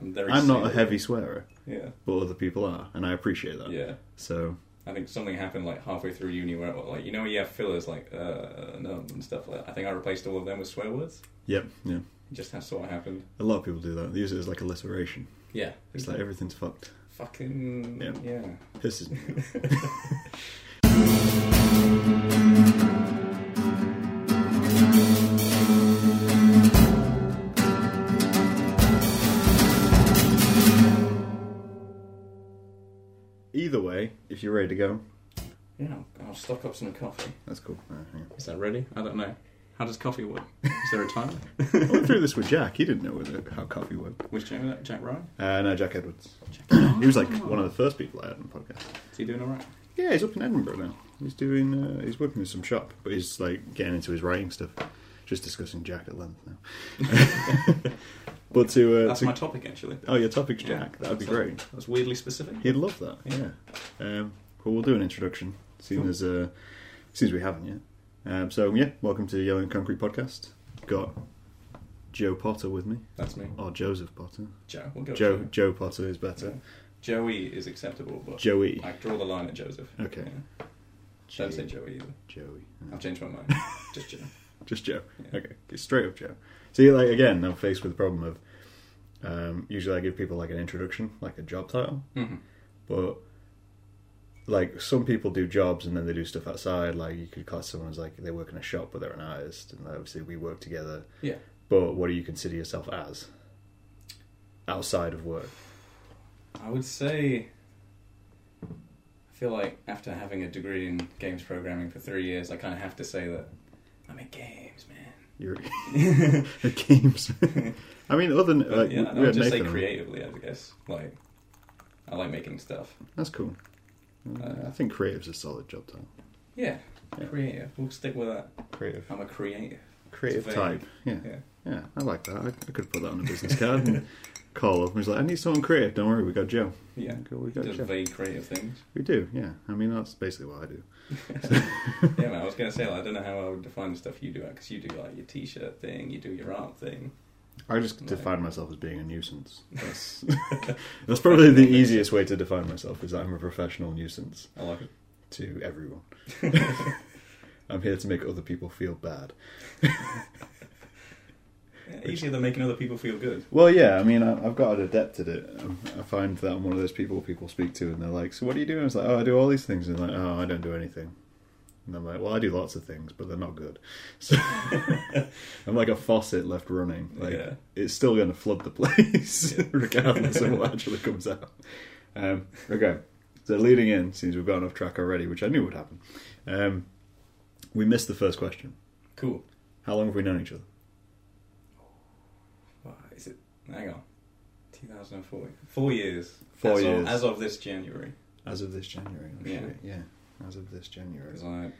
I'm very. I'm not a sealed. heavy swearer, Yeah, but other people are, and I appreciate that. yeah. So I think something happened like halfway through uni where like you know you have fillers like uh no and stuff like that. I think I replaced all of them with swear words. yep, yeah. It just has sort of happened. A lot of people do that. They use it as like alliteration. Yeah, It's like everything's fucked. fucking Yeah. yeah. Pisses me. off. Either way, if you're ready to go, Yeah, I'll- I'll stock up some coffee. that's cool. Uh, All right, hang on. Is that ready? I don't know. How does coffee work? Is there a timer? I went through this with Jack. He didn't know whether- how coffee worked. Which Jack? Jack Ryan? Uh, no, Jack Edwards. Jack Ryan? He was like one of the first people I had on the podcast. Is he doing all right? Yeah, he's up in Edinburgh now. He's doing, uh, he's working with some shop, but he's like getting into his writing stuff. Just discussing Jack at length now. but to, uh, That's to my topic actually. oh, your topic's Yeah. Jack. That'd be That's- great. That's weirdly specific. He'd love that. Yeah. Um, well, we'll do an introduction, seeing as uh, seeing as we haven't yet. Um, so yeah, welcome to the Yellow and Concrete podcast. Got Joe Potter with me, That's me. or Joseph Potter. Joe. We'll go. with Joe Joe. Joe Potter is better. Joey is acceptable, but Joey. I draw the line at Joseph. Okay. Yeah. Don't say Joey either. Joey. I've changed my mind. Just Joe. Just Joe. Yeah. Okay, it's straight up Joe. So you like again, I'm faced with the problem of um, usually I give people like an introduction, like a job title, hmm but like some people do jobs and then they do stuff outside. Like you could class someone as like they work in a shop, but they're an artist, and obviously we work together. Yeah. But what do you consider yourself as outside of work? I would say I feel like after having a degree in games programming for three years, I kind of have to say that I'm in games, man. You're a games. I mean, other than But, like yeah, we I would had just Nathan say on. creatively, I guess. Like, I like making stuff. That's cool. Uh, I think creative's a solid job title. Yeah, Yeah. creative. We'll stick with that. Creative. I'm a creative. creative It's vague. type. Yeah. yeah, Yeah. I like that. I, I could put that on a business card and call up. And he's like, I need someone creative. Don't worry, we got Joe. Yeah. Okay, we got Just Joe. vague creative things. We do. Yeah, I mean that's basically what I do. Yeah, man. I was gonna say like, I don't know how I would define the stuff you do because you do like your t-shirt thing, you do your art thing. I just Right. define myself as being a nuisance. That's that's probably the easiest way to define myself is that I'm a professional nuisance I like it. to everyone. I'm here to make other people feel bad. Yeah, easier than making other people feel good. Well, yeah, I mean, I, I've got an adept at it. Um, I find that I'm one of those people people speak to, and they're like, "So what do you do?" And it's like, "Oh, I do all these things," and they're like, "Oh, I don't do anything." And I'm like, "Well, I do lots of things, but they're not good." So I'm like a faucet left running. Like Yeah. it's still going to flood the place, Yeah. regardless of what actually comes out. Um, okay, so leading in, since we've got off track already, which I knew would happen, um, we missed the first question. Cool. How long have we known each other? Wow, is it? Hang on. 2004. Four years. Four as years. Of, as of this January. As of this January. oh, Yeah. shit, yeah. As of this January. Because I,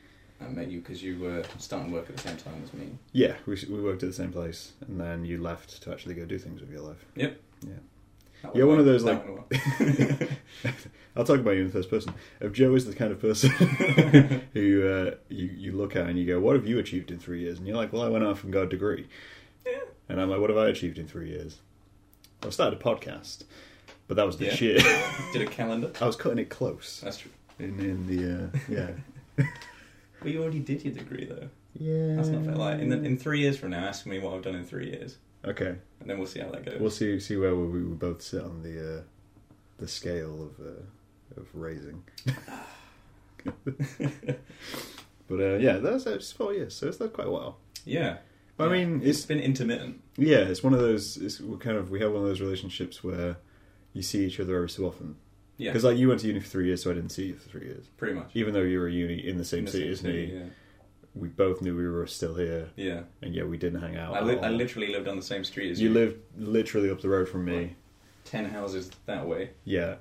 I met you because you were starting work at the same time as me. Yeah, we, we worked at the same place, and then you left to actually go do things with your life. Yep. Yeah. That You're one one of those, that like- one I'll talk about you in the first person. If Joe is the kind of person who uh, you, you look at and you go, What have you achieved in three years? And you're like, Well, I went off and got a degree. Yeah. And I'm like, What have I achieved in three years? I started a podcast, but that was this Yeah. year. Did a calendar. I was cutting it close That's true. in, in the, uh, yeah. But you already did your degree though. Yeah. That's not fair. Like in, the, in three years from now, ask me what I've done in three years, Okay. and then we'll see how that goes. We'll see see where we, we both sit on the uh, the scale of uh, of raising. but uh, yeah, that's it's four years, so it's not quite a while. yeah. But, I Yeah. mean, it's it's been intermittent. yeah, it's one of those. It's we're kind of we have one of those relationships where you see each other every so often. Yeah. Because like you went to uni for three years, so I didn't see you for three years. Pretty much. Even though you were at uni in the same In the city as me, city, we both knew we were still here, Yeah. yeah. and yet we didn't hang out. I, at li- I all. literally lived on the same street as you. Oh. you lived literally up the road from me. Right. ten houses that way. Yeah.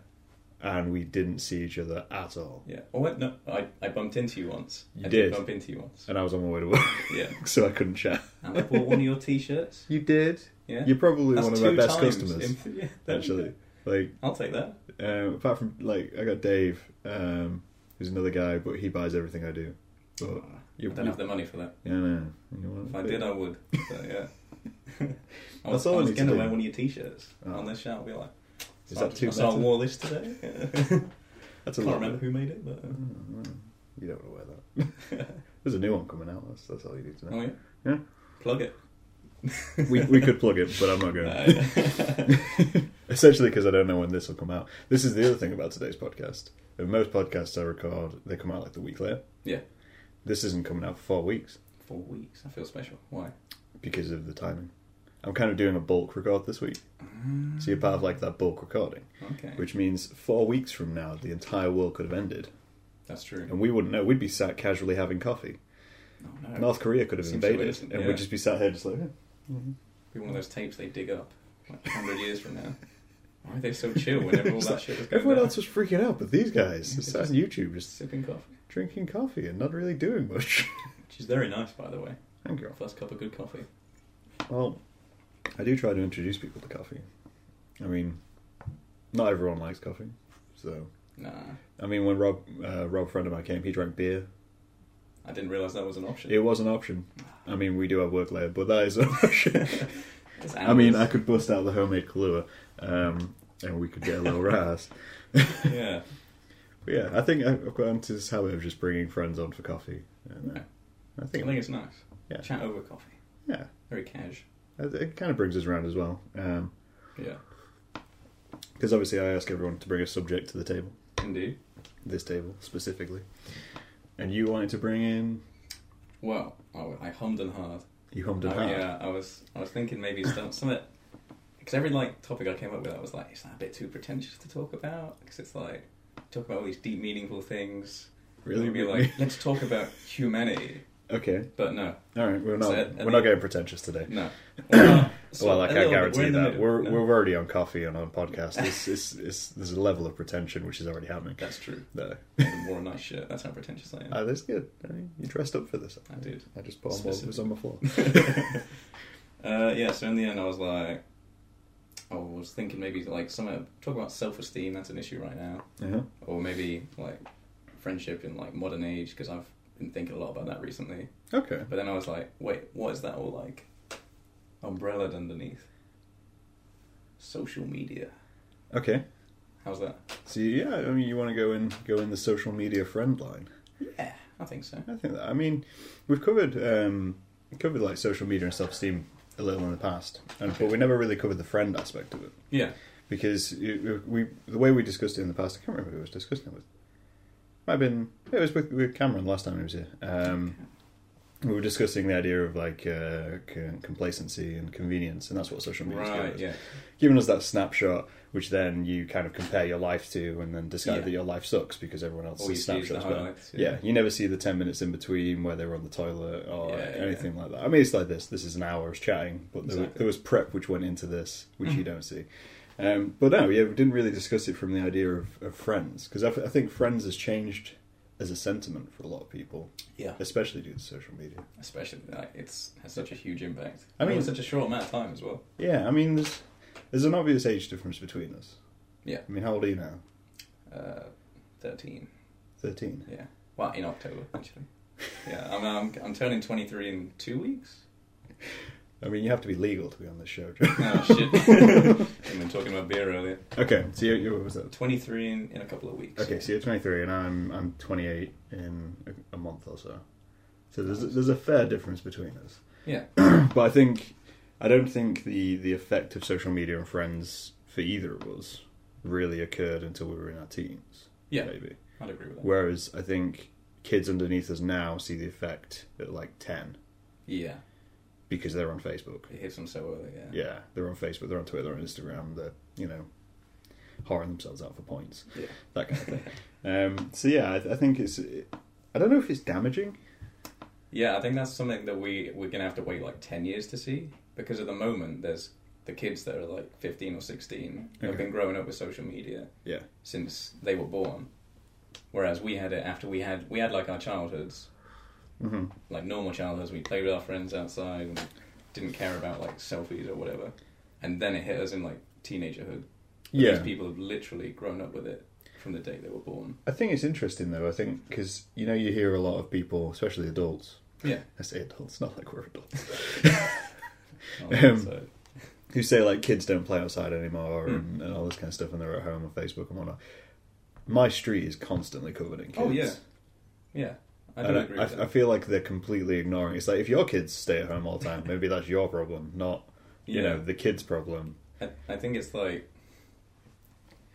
And we didn't see each other at all. Yeah. Oh wait, no, I, I bumped into you once. You I did. bump into you once. And I was on my way to work, Yeah. so I couldn't chat. And I bought one of your t-shirts. You did? Yeah. You're probably That's one of two my best times customers, in- yeah, there you actually. go. Like, I'll take that. um, apart from, like, I got Dave, um, who's another guy, but he buys everything I do. But Ah, I you, don't have the money for that. Yeah, no. You want If a I bit- did, I would. But, yeah. I was, That's all I I was need to gonna do. wear one of your t-shirts Oh. on this show. I'll be like, Is so I- that too So I meta? wore this today. That's I lot. can't remember who made it, but uh, Oh, well, You don't want to wear that. There's a new one coming out. That's, that's all you need to oh know. yeah, Yeah. plug it. we we could plug it, but I'm not going. Ah, to Essentially, because I don't know when this will come out. This is the other thing about today's podcast. And most podcasts I record, they come out like the week later. Yeah. This isn't coming out for four weeks Four weeks. I feel special. Why? because of the timing. I'm kind of doing a bulk record this week, so you're part of like that bulk recording, Okay, which means four weeks from now, the entire world could have ended, that's true. and we wouldn't know. We'd be sat casually having coffee. Oh, no. North Korea could have Seems so invaded, innocent, and yeah. we'd just be sat here just like. "Yeah." Be one of those tapes they dig up like hundred years from now. Why are they so chill whenever all It's that like, shit was going Everyone down? else was freaking out, but these guys They sat on just- YouTube just sipping coffee, drinking coffee and not really doing much. which is very nice, by the way. Thank you. First cup of good coffee. Well, I do try to introduce people to coffee. I mean, not everyone likes coffee, so Nah, I mean, when Rob, uh, Rob, a friend of mine, came, he drank beer. I didn't realize that was an option. It was an option. I mean, we do have work later, but that is an option. It's I mean, I hours. could bust out the homemade Kahlua, um, and we could get a little rise. yeah. But yeah, I think I've got into this habit of just bringing friends on for coffee. And, uh, I I think think it's nice. Yeah. Chat over coffee. Yeah. Very cash. it it kind of brings us around as well. Because Yeah. obviously, I ask everyone to bring a subject to the table, Indeed. this table specifically. And you wanted to bring in. Well, I, I hummed and hard. You hummed and I- hawed. Oh, Yeah, I was. I was thinking maybe some something. Because every like topic I came up with, I was like, is that a bit too pretentious to talk about? Because it's like talk about all these deep, meaningful things. Really? You'd be like, let's talk about humanity. okay. But no, All right. We're not, So, I- I we're think- not getting pretentious today. no. Well, well, I can't guarantee that. we're, no. we're already on coffee and on podcast. It's, it's, it's, there's a level of pretension which is already happening. That's true. No. I wore a nice shirt. That's how pretentious I am. Ah, that's good. I mean, you dressed up for this. I did. I just put on what was on the floor. uh, yeah, so in the end, I was like, I was thinking maybe like some talk about self esteem. That's an issue right now, uh-huh. or maybe like friendship in like modern age because I've been thinking a lot about that recently. Okay. But then I was like, wait, what is that all like? Umbrellaed underneath. Social media. Okay. How's that? So yeah, I mean, you want to go in go in the social media friend line. Yeah, I think so. I think that, I mean, we've covered um, covered like social media and self esteem a little in the past, and, but we never really covered the friend aspect of it Yeah, because it, we the way we discussed it in the past, I can't remember who I was discussing it with. Might have been it was with, with Cameron last time he was here. Um, we were discussing the idea of like uh, c- complacency and convenience, and that's what social media is giving right. us. Yeah, Giving us that snapshot, which then you kind of compare your life to, and then decide Yeah. that your life sucks because everyone All you else's see is the snapshot's better. highlights, Yeah. yeah. you never see the ten minutes in between where they were on the toilet or Yeah, yeah. anything like that. I mean, it's like this. This is an hour of chatting, but there, Exactly. Mm. there was prep which went into this, which you don't see. Um, but no, yeah, we didn't really discuss it from the idea of, of friends because I, f- I think friends has changed as a sentiment for a lot of people, yeah. especially due to social media. Especially like it's has such a huge impact. I I mean- mean, such a short amount of time as well. Yeah, I mean, there's, there's an obvious age difference between us. Yeah. I mean, how old are you now? Uh, Thirteen. 13. Yeah. Well, in October actually. Yeah, I'm I'm, I'm turning 23 in two weeks. I mean, you have to be legal to be on this show. Joe. Oh shit! I've been talking about beer earlier. okay, so you're, you're, what was that? 23 in, in a couple of weeks. Okay, so you're 23 and I'm I'm 28 in a, a month or so. So there's there's a fair difference between us. Yeah. but I think I don't think the the effect of social media and friends for either of us really occurred until we were in our teens. Yeah. Maybe. I'd agree with that. Whereas I think kids underneath us now see the effect at like 10 Yeah, because they're on Facebook. it hits them so early. Yeah. Yeah, they're on Facebook, they're on Twitter, they're on Instagram, they're, you know, whoring themselves out for points, Yeah. that kind of thing. um, so, yeah, I, I think it's. I don't know if it's damaging. Yeah, I think that's something that we we're gonna have to wait like 10 years to see because at the moment there's the kids that are like 15 or 16 Okay. have been growing up with social media. Yeah. since they were born. Whereas we had it after we had we had like our childhoods, hmm like normal childhoods. We played with our friends outside and didn't care about like selfies or whatever. And then it hit us in like teenagerhood. But Yeah. these people have literally grown up with it from the day they were born. I think it's interesting, though, I think, because, you know, you hear a lot of people, especially adults. Yeah. I say adults, not like we're adults. on the Um, outside. who say like kids don't play outside anymore Hmm. and, and all this kind of stuff, and they're at home on Facebook and whatnot. My street is constantly covered in kids. Oh, yeah. Yeah. I do And agree with I, that. I feel like they're completely ignoring. It's like if your kids stay at home all the time, maybe that's your problem, not you Yeah. know the kids' problem. I, I think it's like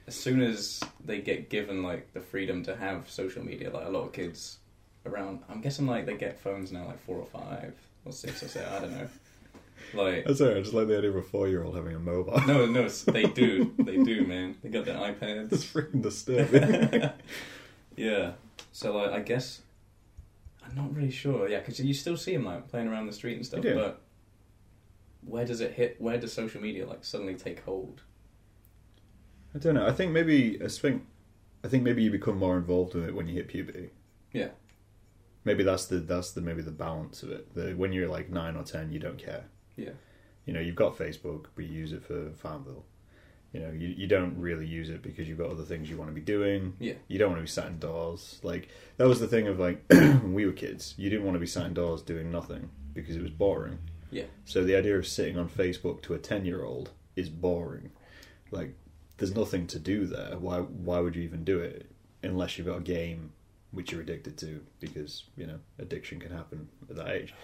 as soon as they get given like the freedom to have social media, like a lot of kids around, I'm guessing like they get phones now like four or five or six or seven, I don't know. Like That's alright. I just like the idea of a four-year-old having a mobile. no, no, s- they do, they do, man. They got their iPads. it's freaking disturbing. yeah. So like, I guess I'm not really sure. Yeah, because you still see them like playing around the street and stuff, do. but where does it hit? Where does social media like suddenly take hold? I don't know. I think maybe I think I think maybe you become more involved with it when you hit puberty. Yeah. Maybe that's the that's the maybe the balance of it. The, when you're like nine or ten, you don't care. Yeah. You know, you've got Facebook, but you use it for Farmville. You know, you, you don't really use it because you've got other things you want to be doing. Yeah. You don't want to be sat indoors. Like that was the thing of like when we were kids, you didn't want to be sat indoors doing nothing because it was boring. Yeah. So the idea of sitting on Facebook to a ten year old is boring. Like there's nothing to do there. Why why would you even do it unless you've got a game which you're addicted to because, you know, addiction can happen at that age.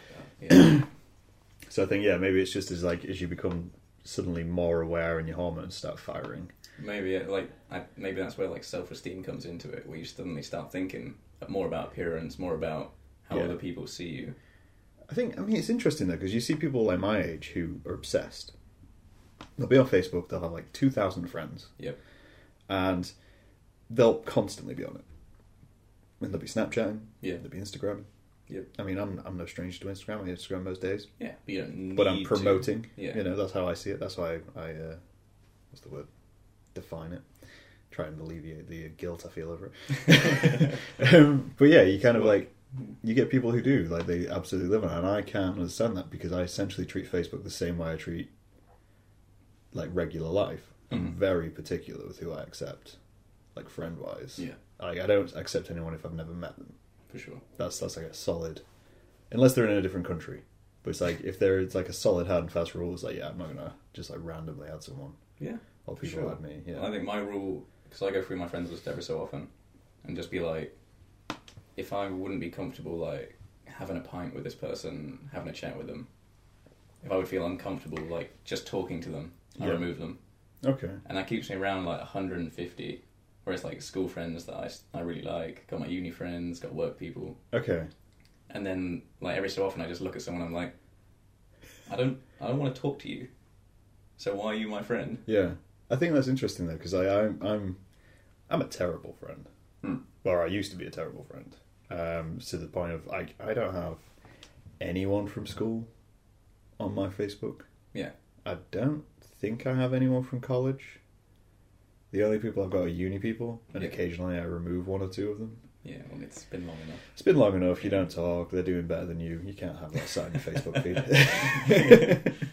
Yeah. So I think yeah, maybe it's just as like as you become suddenly more aware and your hormones start firing. Maybe it, like I, maybe that's where like self esteem comes into it, where you suddenly start thinking more about appearance, more about how Yeah. other people see you. I think I mean it's interesting though because you see people like my age who are obsessed. They'll be on Facebook. They'll have like two thousand friends. Yep. and they'll constantly be on it. And they'll be Snapchatting. Yeah. They'll be Instagram. Yep. I mean, I'm I'm no stranger to Instagram. I Instagram most days, Yeah, but you don't need but I'm to. promoting. Yeah. You know, that's how I see it. That's why I, I uh, what's the word? Define it. Try and alleviate the guilt I feel over it. um, but yeah, you kind of like you get people who do like they absolutely live on it, and I can't understand that because I essentially treat Facebook the same way I treat like regular life. I'm Mm-hmm. very particular with who I accept, like friend wise. Yeah. Like I don't accept anyone if I've never met them. for sure. That's that's like a solid, unless they're in a different country. But it's like if there is like a solid hard and fast rule, it's like yeah, I'm not gonna just like randomly add someone Yeah, or For people sure. add me. Yeah, I think my rule because I go through my friends list every so often, and just be like, if I wouldn't be comfortable like having a pint with this person, having a chat with them, if I would feel uncomfortable like just talking to them, I Yeah. remove them. okay, and that keeps me around like 150 whereas like school friends that I, I really like got my uni friends got work people okay. and then like every so often i just look at someone i'm like i don't i don't want to talk to you so why are you my friend Yeah, I think that's interesting though because I I'm, I'm I'm a terrible friend, Hmm. or I used to be a terrible friend. Um, to the point of I I don't have anyone from school on my Facebook. Yeah. I don't think I have anyone from college. The only people I've got are uni people, and Yeah. occasionally I remove one or two of them. yeah well it's been long enough It's been long enough. You don't talk. They're doing better than you. You can't have that side on your Facebook feed.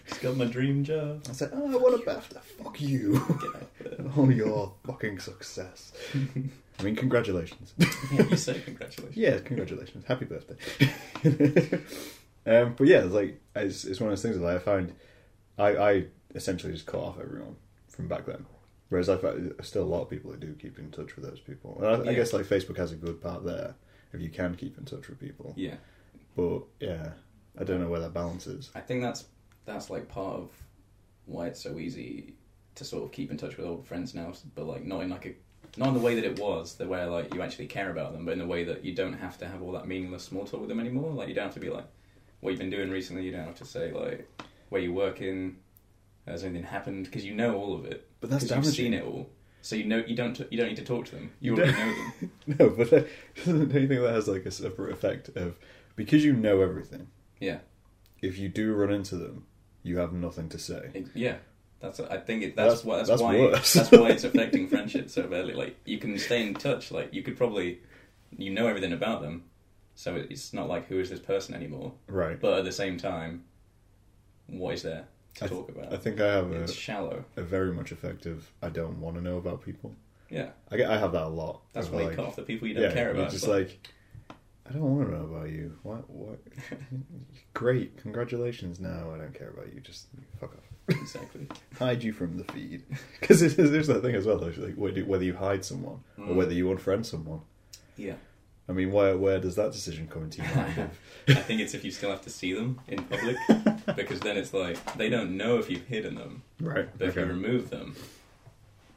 just got my dream job I said, "Oh, what a BAFTA! Fuck you." Get out there. Oh, your fucking success. I mean, congratulations. yeah you say congratulations yeah, congratulations. Happy birthday. um, but yeah, it's like it's, it's one of those things that like, I find I, I essentially just cut off everyone from back then. Whereas I've there's still a lot of people that do keep in touch with those people. And I, I Yeah. guess like Facebook has a good part there if you can keep in touch with people. yeah But yeah, I don't know where that balance is. i think that's that's like part of why it's so easy to sort of keep in touch with old friends now but like not in like a not in the way that it was, the way like you actually care about them, but in the way that you don't have to have all that meaningless small talk with them anymore. Like you don't have to be like, what you've been doing recently. You don't have to say like where you're working, has anything happened? Because you know all of it. But that's 'Cause you've damaging. seen it all. So you know you don't you don't need to talk to them. You, You already don't. know them. No, but uh, don't you think that has like a separate effect of because you know everything. Yeah. If you do run into them, you have nothing to say. It- yeah, that's I think it, that's, That's- why that's, that's why worse. that's why it's affecting friendships so badly. Like you can stay in touch. Like you could probably you know everything about them, so it- it's not like who is this person anymore. Right. But at the same time, what is there to I th- talk about? I think I have a, it's shallow. a very much effective. I don't want to know about people. Yeah, I get I have that a lot. that's of why you like- cut off the people you don't care you're about. Just but- like I don't want to know about you. What? What? Great. Congratulations. No, I don't care about you. Just fuck off. exactly. hide you from the feed because there's that thing as well though it's like whether whether you hide someone or Mm. whether you unfriend someone Yeah. i mean where where does that decision come into your mind I think it's if you still have to see them in public, because then it's like they don't know if you've hidden them, right but if you okay. remove them,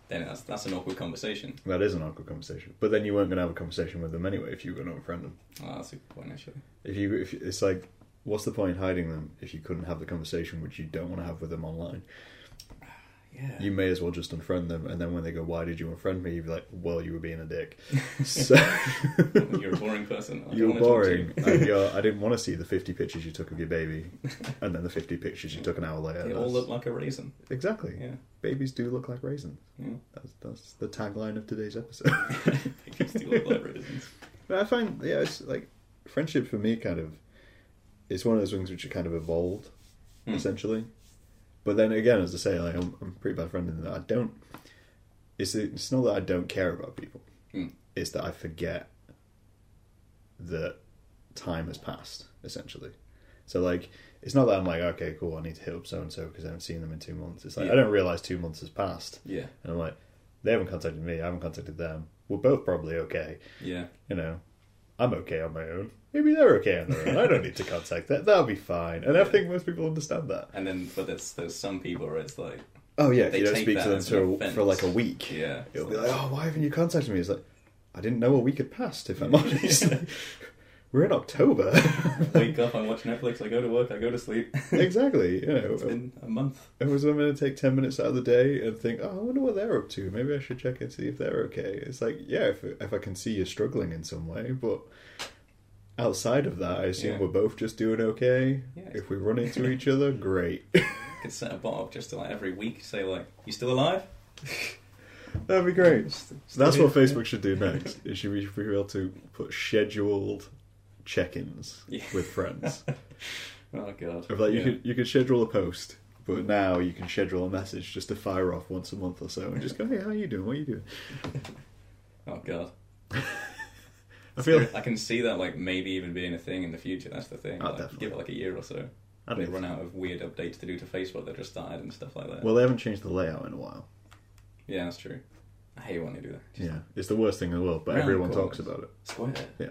then that's that's an awkward conversation. that is an awkward conversation but then you weren't going to have a conversation with them anyway if you were going to unfriend them Oh, that's a good point actually. if you if it's like what's the point in hiding them if you couldn't have the conversation which you don't want to have with them online Yeah. you may as well just unfriend them and then when they go why did you unfriend me you'd be like well you were being a dick so You're a boring person. I don't You're wanna talk to boring. you. and you're, I didn't want to see the 50 pictures you took of your baby, and then the 50 pictures you took an hour later. They all That's- look like a raisin. exactly. Yeah. Babies do look like raisins. Yeah. That's, that's the tagline of today's episode. they still look like raisins. but I find, yeah, it's like friendship for me kind of it's one of those things which are kind of evolved, Hmm. essentially. But then again, as I say, like I'm, I'm a pretty bad friend in that I don't. It's it's not that I don't care about people. Hmm. It's that I forget that time has passed, essentially. So like, it's not that I'm like, okay, cool, I need to hit up so and so because I haven't seen them in two months. It's like Yeah. I don't realize two months has passed, Yeah. and I'm like, they haven't contacted me, I haven't contacted them. We're both probably okay Yeah. you know, I'm okay on my own. Maybe they're okay on their own. I don't need to contact that. That'll be fine. And I think most people understand that. And then, but there's there's some people where it's like, Oh yeah, if They you don't take speak that to them as an for, offence. for like a week, yeah, it'll be like, oh, why haven't you contacted me? It's like, I didn't know a week had passed. If I'm honest, we're in October. wake up, I watch Netflix, I go to work, I go to sleep. exactly. You it's know, been a month. it was I'm going to take ten minutes out of the day and think, oh, I wonder what they're up to. Maybe I should check and see if they're okay. It's like, yeah, if if I can see you're struggling in some way, but outside of that, I assume Yeah. we're both just doing okay. Yeah. If we run into each other, great. Could set a bot up just to like every week, say like, you still alive? That'd be great. Just- So that's what Yeah. Facebook should do next. It should be, should be able to put scheduled check-ins Yeah. with friends. Oh god. Of like you Yeah. could you could schedule a post, but now you can schedule a message just to fire off once a month or so and just go, hey, how you doing? What are you doing? Oh god. I feel I can see that like maybe even being a thing in the future. That's the thing. Oh, Like, definitely. Give it like a year or so. I they don't know. run out of weird updates to do to Facebook that just started and stuff like that. Well, they haven't changed the layout in a while. yeah, that's true. I hate when they do that. Just Yeah, it's the worst thing in the world, but Round everyone corners. talks about it. Square. Yeah.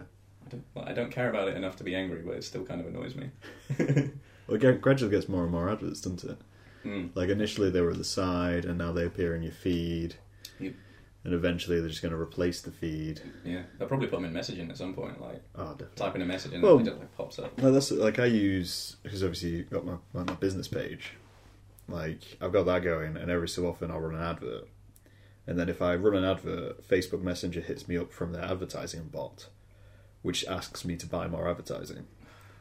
I don't, like, I don't care about it enough to be angry, but it still kind of annoys me. Well, it get- gradually gets more and more adverts, doesn't it? Mm. Like initially they were at the side, and now they appear in your feed, Yep. and eventually they're just going to replace the feed. Yeah, they'll probably put them in messaging at some point. Like Oh, definitely. type in a message and Well- then it just like pops up. No, that's like I use because obviously you've got my, my my business page. Like I've got that going, and every so often I'll run an advert, and then if I run an advert, Facebook Messenger hits me up from their advertising bot, which asks me to buy more advertising.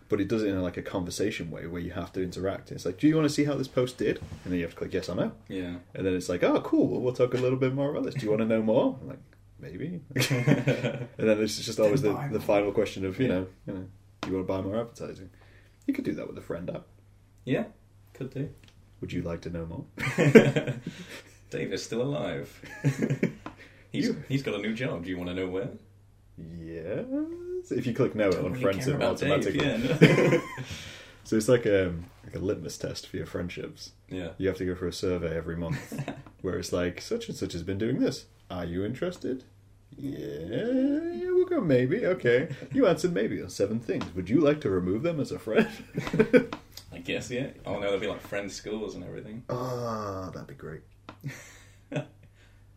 But it does it in like a conversation way where you have to interact. It's like, do you want to see how this post did? And then you have to click yes or no. Yeah. And then it's like, oh, cool. Well, we'll talk a little bit more about this. Do you want to know more? I'm like, maybe. and then it's just always the, the final question of, you Yeah. know, you know, do you want to buy more advertising? You could do that with a friend app. Yeah, could do. Would you like to know more? Dave is still alive. he's You- he's got a new job. Do you want to know where? yes. If you click no, it Don't really unfriends care him about Dave, automatically. yeah, no. so it's like a, like a litmus test for your friendships. yeah. You have to go for a survey every month where it's like, such and such has been doing this. Are you interested? Yeah, yeah, we'll go maybe. Okay. You answered maybe on seven things. Would you like to remove them as a friend? I guess yeah. Oh no, there'll be like friend schools and everything. Ah, that'd be great.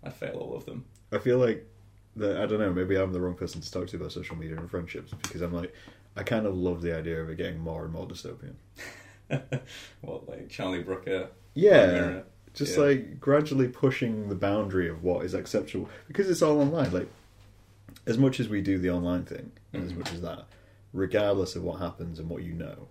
I fail all of them. I feel like that I don't know, maybe I'm the wrong person to talk to about social media and friendships because I'm like I kind of love the idea of it getting more and more dystopian. what like Charlie Brooker? Yeah. Chimera. Just Yeah. like gradually pushing the boundary of what is acceptable because it's all online. Like, as much as we do the online thing, and as much as that, regardless of what happens and what you know,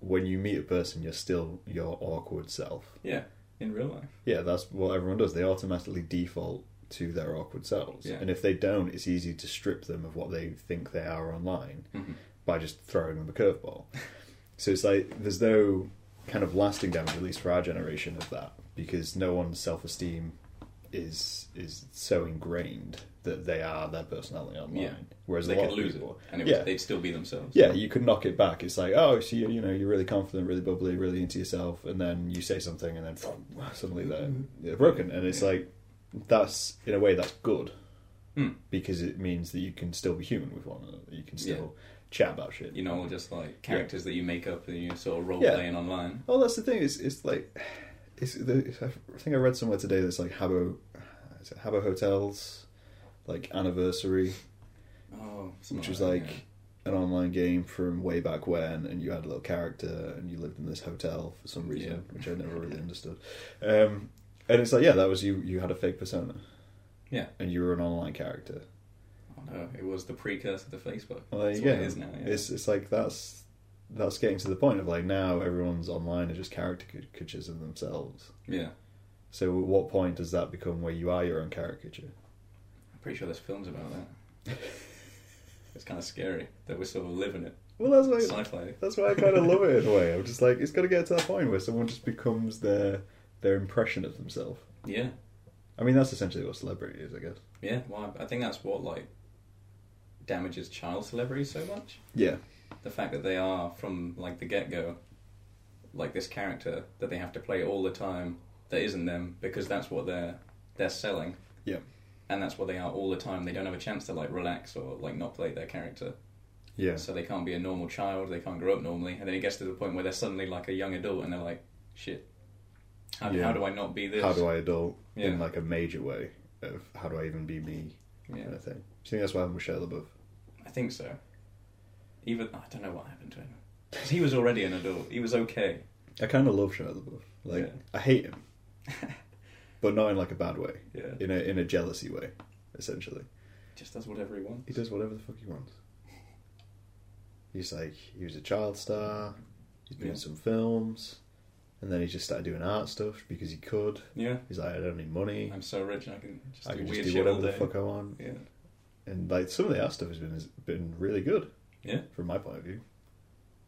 when you meet a person, you're still your awkward self. Yeah, in real life. Yeah, that's what everyone does. They automatically default to their awkward selves. Yeah. And if they don't, it's easy to strip them of what they think they are online Mm-hmm. by just throwing them a curveball. so it's like there's no kind of lasting damage, at least for our generation, of that because no one's self esteem is is so ingrained that they are their personality online. Yeah. Whereas they a lot could of lose people, it, and it yeah, would, they'd still be themselves. yeah, you could knock it back. It's like, oh, so you, you know, you're really confident, really bubbly, really into yourself, and then you say something, and then suddenly they're, they're broken, and it's like that's in a way that's good Hmm. because it means that you can still be human with one another. You can still chat about shit. You know, or just like characters that you make up and you sort of role Yeah. playing online. Oh, that's the thing. It's it's like it's the, I think I read somewhere today that's like Habbo is it Habbo Hotels like anniversary, Oh, something which was that, like yeah. an online game from way back when, and you had a little character and you lived in this hotel for some reason, which I never really understood. Um, and it's like yeah, that was you. You had a fake persona. Yeah. and you were an online character. Oh, no, it was the precursor to Facebook. Well, there That's you what go. it is now. Yeah. It's it's like that's that's getting to the point of like now everyone's online are just character caricatures of themselves. yeah, So, at what point does that become where you are your own caricature? I'm pretty sure there's films about that. it's kind of scary that we're sort of living it. Well, that's why Sci-fi. that's why I kind of love it in a way. I'm just like, it's got to get to that point where someone just becomes their their impression of themselves. Yeah, I mean, that's essentially what celebrity is, I guess. yeah. Well, I I think that's what like damages child celebrities so much. Yeah, The fact that they are from like the get-go, like this character that they have to play all the time that isn't them because that's what they're they're selling. Yeah. And that's what they are all the time. They don't have a chance to like relax or like not play their character. yeah, So they can't be a normal child, they can't grow up normally, and then it gets to the point where they're suddenly like a young adult and they're like, shit, how, Yeah. how do I not be this? How do I adult Yeah. in like a major way of how do I even be me yeah, kind of thing? Do you think that's why I'm with Shia LaBeouf? I think so. Even, I don't know what happened to him. 'Cause he was already an adult, he was okay. I kind of love Shia LaBeouf. Like, Yeah. I hate him, but not in like a bad way. Yeah. In a in a jealousy way, essentially. Just does whatever he wants. He does whatever the fuck he wants. He's like he was a child star. He's been in Yeah. some films, and then he just started doing art stuff because he could. Yeah. He's like, I don't need money. I'm so rich I can just I do can weird just do shit all whatever the day. fuck I want. Yeah. And like some of the art stuff has been has been really good. Yeah. From my point of view.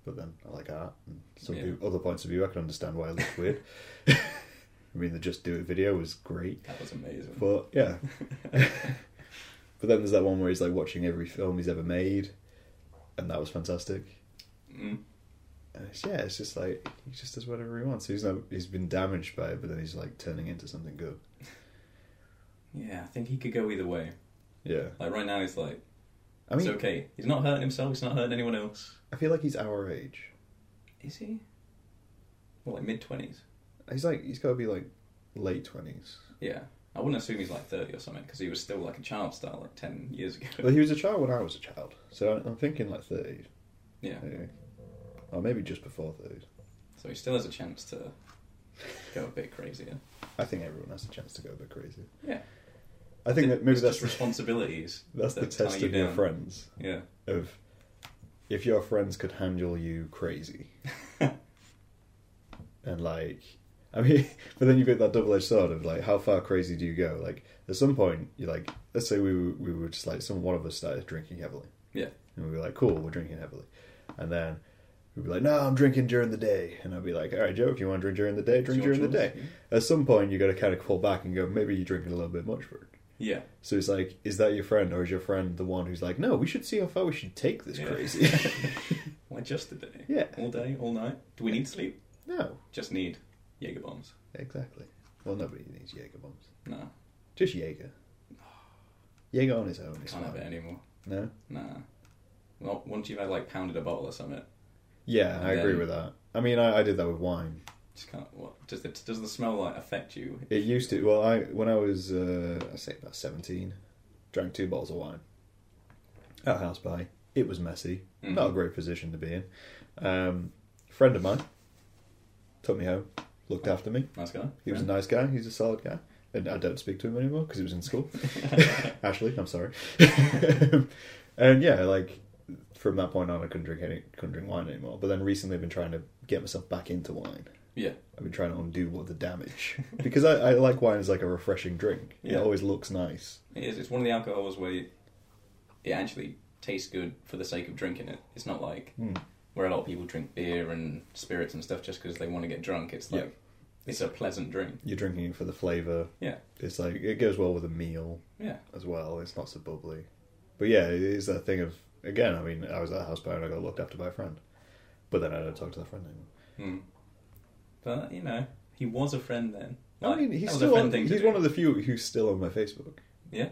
But then I like art. And some Yeah. view- other points of view, I can understand why it looks weird. I mean, the Just Do It video was great. That was amazing. But yeah. but then there's that one where he's like watching every film he's ever made, and that was fantastic. mm. And it's, yeah, it's just like he just does whatever he wants. He's not, he's been damaged by it, but then he's like turning into something good. Yeah, I think he could go either way. Yeah, Like right now, he's like, I mean, it's okay. He's not hurting himself. He's not hurting anyone else. I feel like he's our age. Is he? Well, like mid twenties. He's like he's got to be like late twenties. Yeah, I wouldn't assume he's like thirty or something because he was still like a child star like ten years ago. Well, he was a child when I was a child, so I- I'm thinking like thirty. Yeah. Anyway. Or maybe just before thirty. So he still has a chance to go a bit crazier. I think everyone has a chance to go a bit crazy. Yeah. I think that maybe It's that's just responsibilities. that's the that tie test you of your down. friends. Yeah, of if your friends could handle you crazy and like I mean, but then you've got that double-edged sword of like, how far crazy do you go? Like, at some point, you're like, let's say we were, we were just like, some one of us started drinking heavily, Yeah. and we were like, cool, we're drinking heavily, and then we'd be like, no, I'm drinking during the day, and I'd be like, all right, Joe, if you want to drink during the day, It's drink your during the choice, day. At some point, you got to kind of pull back and go, maybe you're drinking a little bit much for it. yeah. So it's like, is that your friend, or is your friend the one who's like, no, we should see how far we should take this Yeah. crazy? Why just today? yeah, All day, all night. Do we need sleep? no, Just need Jaeger bombs. exactly. Well, nobody needs Jaeger bombs. No, Just Jaeger. Jaeger on his own. Is can't have it fine. anymore. No. Nah. Well, once you've had like pounded a bottle or something, Yeah, I And agree then- with that. I mean, I, I did that with wine. just can't. What does the does the smell like affect you? It used to. Well, I when I was, uh, I say about seventeen, drank two bottles of wine at a house party. It was messy. Mhm. Not a great position to be in. Um, friend of mine took me home, looked Oh. after me. Nice guy. He was a nice guy. He's a solid guy. And I don't speak to him anymore because he was in school. Ashley, I'm sorry. and yeah, like from that point on, I couldn't drink any, couldn't drink wine anymore. But then recently, I've been trying to get myself back into wine. Yeah. I've been trying to undo all the damage because I, I like wine as like a refreshing drink. Yeah. It always looks nice. It is. It's one of the alcohols where you- it actually tastes good for the sake of drinking it. It's not like Hmm. where a lot of people drink beer and spirits and stuff just because they want to get drunk. It's Yeah. like It's a pleasant drink. You're drinking it for the flavour. Yeah. It's like it goes well with a meal Yeah. as well. It's not so bubbly. But yeah, it is that thing of again, I mean, I was at a house party and I got looked after by a friend. But then I don't talk to that friend anymore. Hmm. But you know, he was a friend then. I Like, mean, that he's was still a friend on, thing to he's do. one of the few who's still on my Facebook, There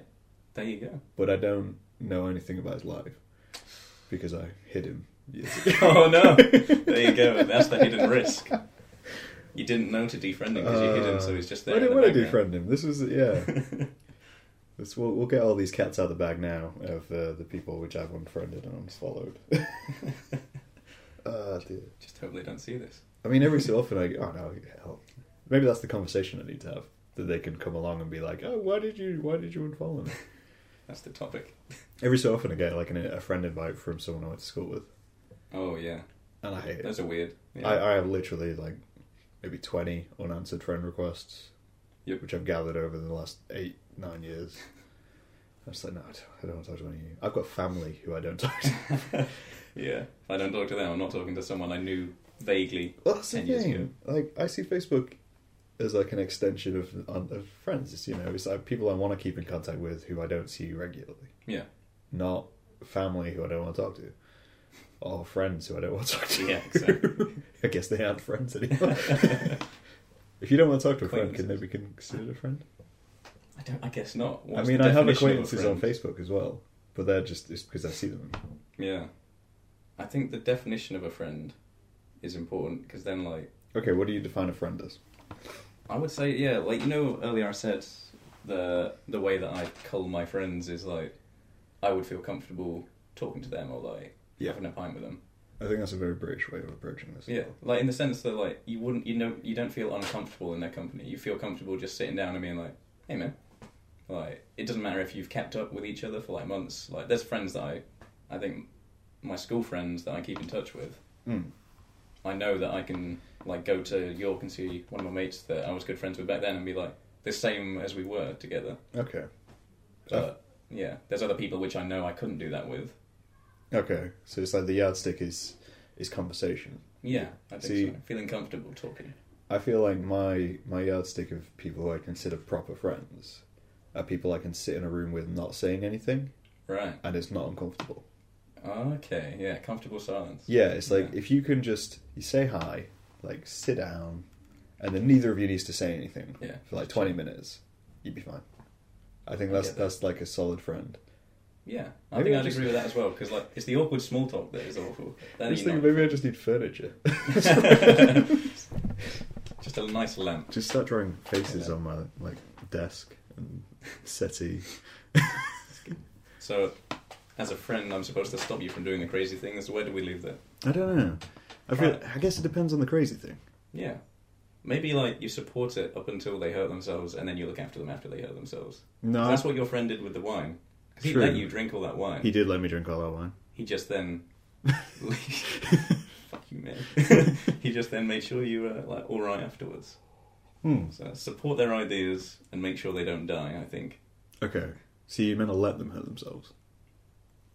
you go. but I don't know anything about his life because I hid him. years ago. oh no! There you go. That's the hidden risk. You didn't know to defriend him because you hid him, so he's just there. I didn't in want to the defriend him. This was yeah. background. This, we'll, we'll get all these cats out of the bag now of uh, the people which I've unfriended and unfollowed. Ah dear. just hope they don't see this. I mean, every so often I go, oh no, hell. Maybe that's the conversation I need to have. That they can come along and be like, oh, why did you, why did you unfollow me? That's the topic. Every so often I get like an, a friend invite from someone I went to school with, Oh yeah, and I hate it. those are weird. Yeah. I, I have literally like maybe 20 unanswered friend requests, Yep. which I've gathered over the last eight, nine years. I'm just like, no, I don't, I don't want to talk to any of you. I've got family who I don't talk to. yeah. If I don't talk to them, I'm not talking to someone I knew vaguely. Well, that's the 10 years ago. thing. Like, I see Facebook as like an extension of, of friends. It's, you know, it's like people I want to keep in contact with who I don't see regularly. Yeah. Not family who I don't want to talk to. Or friends who I don't want to talk to. Yeah, exactly. I guess they aren't friends anymore. if you don't want to talk to a friend, can they Acquaintances. be considered a friend? I don't. I guess not. I What's mean, the I have definition of a acquaintances on friend? Facebook as well, but they're just it's because I see them. Yeah, I think the definition of a friend is important because then, like, Okay, what do you define a friend as? I would say, yeah, like you know, earlier I said the the way that I cull my friends is like I would feel comfortable talking to them or like Yeah. having a pint with them. I think that's a very British way of approaching this. as Yeah, well. like in the sense that like you wouldn't, you know, you don't feel uncomfortable in their company. You feel comfortable just sitting down and being like, "Hey, man." Like it doesn't matter if you've kept up with each other for like months. Like there's friends that I, I think, my school friends that I keep in touch with. Mm. I know that I can like go to York and see one of my mates that I was good friends with back then and be like the same as we were together. Okay. But yeah, there's other people which I know I couldn't do that with. Okay. So it's like the yardstick is is conversation. Yeah, I think See- so. Feeling comfortable talking. I feel like my my yardstick of people who I consider proper friends are people I can sit in a room with not saying anything Right. and it's not uncomfortable. Okay. Yeah. Comfortable silence. Yeah, it's like Yeah. if you can just you say hi, like sit down, and then neither of you needs to say anything Yeah. for like twenty minutes, you'd be fine. I think I that's get that. that's like a solid friend. Yeah. I Maybe think I I'd just- agree with that as well because like it's the awkward small talk that is awful. I Then just you think know. maybe I just need furniture. just a nice lamp. just start drawing faces on my like desk and settee. So, as a friend, I'm supposed to stop you from doing the crazy things. Where do we leave that? I don't know. I feel. I guess it depends on the crazy thing. Yeah. Maybe like you support it up until they hurt themselves, and then you look after them after they hurt themselves. No, That's what your friend did with the wine. 'Cause He True. let you drink all that wine. he He, did let me drink all that wine. just then, fuck you, man. he just then made sure you were like all right afterwards. Hmm. So support their ideas and make sure they don't die. I think Okay, so you meant to let them hurt themselves.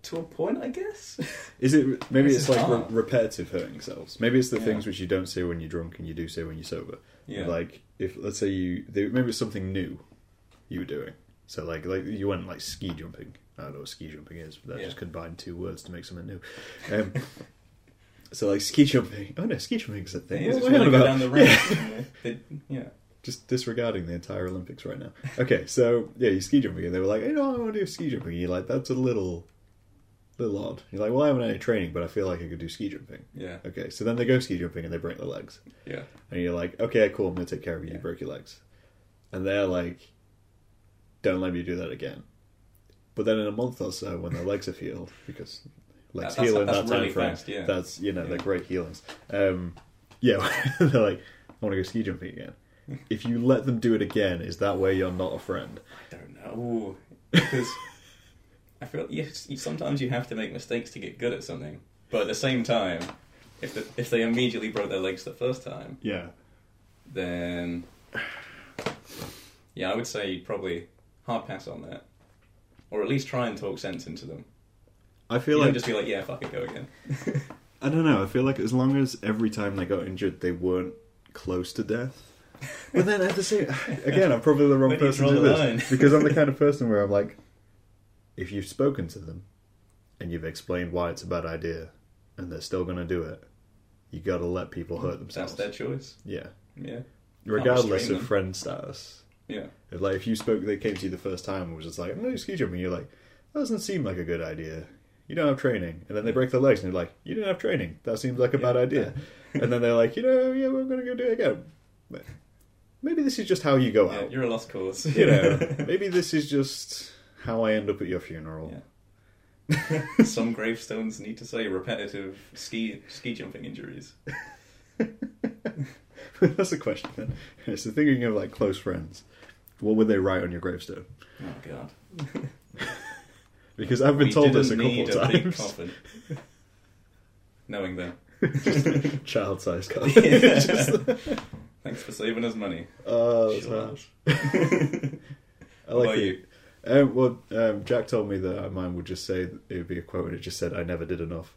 to a point, I guess. Is it maybe This is it's like re- hard. repetitive hurting selves? Maybe it's the Yeah. things which you don't say when you're drunk and you do say when you're sober. yeah. Like if let's say you they, maybe it's something new you were doing. So like like you went like ski jumping. I don't know what ski jumping is, but that Yeah. just combined two words to make something new. Um, so like ski jumping. Oh no, ski jumping is a thing. It is, What am it's I when on they go about? down the Yeah. road. Yeah. They, yeah. just disregarding the entire Olympics right now. Okay, so yeah, you ski jumping, and they were like, "You know, I want to do ski jumping." And you're like, "That's a little, little odd." You're like, "Well, I haven't had any training, but I feel like I could do ski jumping." Yeah. Okay, so then they go ski jumping and they break their legs, Yeah. and you're like, "Okay, cool, I'm gonna take care of you. You Yeah. broke your legs," and they're like, "Don't let me do that again." But then in a month or so, when their legs are healed, because legs That- that's- heal in that's that really time frame, fast, yeah. that's you know Yeah. they're great healings. Um, yeah, they're like, "I want to go ski jumping again." if you let them do it again, is that where you're not a friend? I don't know because I feel you, you, sometimes you have to make mistakes to get good at something. But at the same time, if the, if they immediately broke their legs the first time, Yeah. then yeah, I would say probably hard pass on that, or at least try and talk sense into them. I You feel like don't just be like, yeah, fuck it, go again. I don't know. I feel like as long as every time they got injured, they weren't close to death, But then at the same, again, I'm probably the wrong Where do you person to draw do the this line? because I'm the kind of person where I'm like, if you've spoken to them and you've explained why it's a bad idea, and they're still going to do it, you got to let people hurt That's themselves. their choice. Yeah, Yeah. regardless restrain of them. friend status. Yeah. If, like if you spoke, they came to you the first time and was just like, "No, excuse me," and you're like, "That doesn't seem like a good idea. You don't have training." And then they break their legs and you're like, "You didn't have training. That seems like a bad idea." and then they're like, "You know, yeah, we're gonna go do it again." But Maybe this is just how you go yeah. out. You're a lost cause. You know, maybe this is just how I end up at your funeral. Some gravestones need to say repetitive ski ski jumping injuries. That's a question. Then. It's the thinking of like close friends. What would they write on your gravestone? Oh god. Because I've been We told this a didn't couple need of big times. coffin. Knowing them. Child-sized card. Yeah. Just- Thanks for saving us money. Oh, that's Sure. harsh. I What like about it. you? Um, well, um, Jack told me that mine would just say it would be a quote, and it just said, "I never did enough,"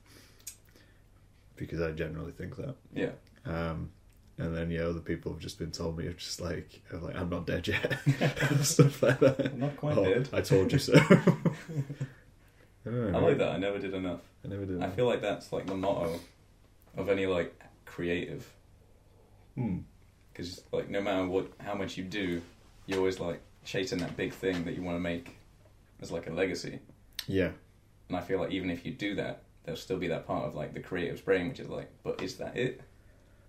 because I generally think that. Yeah. Um, and then yeah, other people have just been told me, are just like, are like I'm not dead yet, stuff like that. I'm not quite Oh, dead. I told you so. I don't know, I like that. I never did enough. I never did. I enough. feel like that's like the motto of any like creative, Hmm. because like no matter what, how much you do, you're always like chasing that big thing that you want to make as like a legacy. Yeah, And I feel like even if you do that, there'll still be that part of like the creative's brain, which is like, but is that it?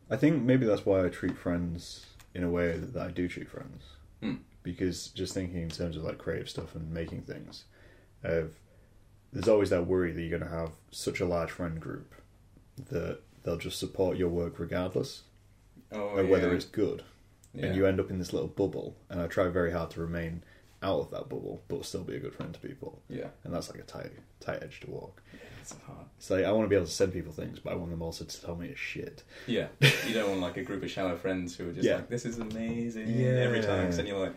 I think maybe that's why I treat friends in a way that, that I do treat friends. Hmm. Because just thinking in terms of like creative stuff and making things, of there's always that worry that you're going to have such a large friend group that they'll just support your work regardless Oh, of whether it's good. yeah. And you end up in this little bubble. And I try very hard to remain out of that bubble, but still be a good friend to people. yeah, And that's like a tight, tight edge to walk. it's hard. It's like I want to be able to send people things, but I want them also to tell me it's shit. Yeah, you don't want like a group of shallow friends who are just Yeah. like, this is amazing Yeah. every time, 'cause then you're like.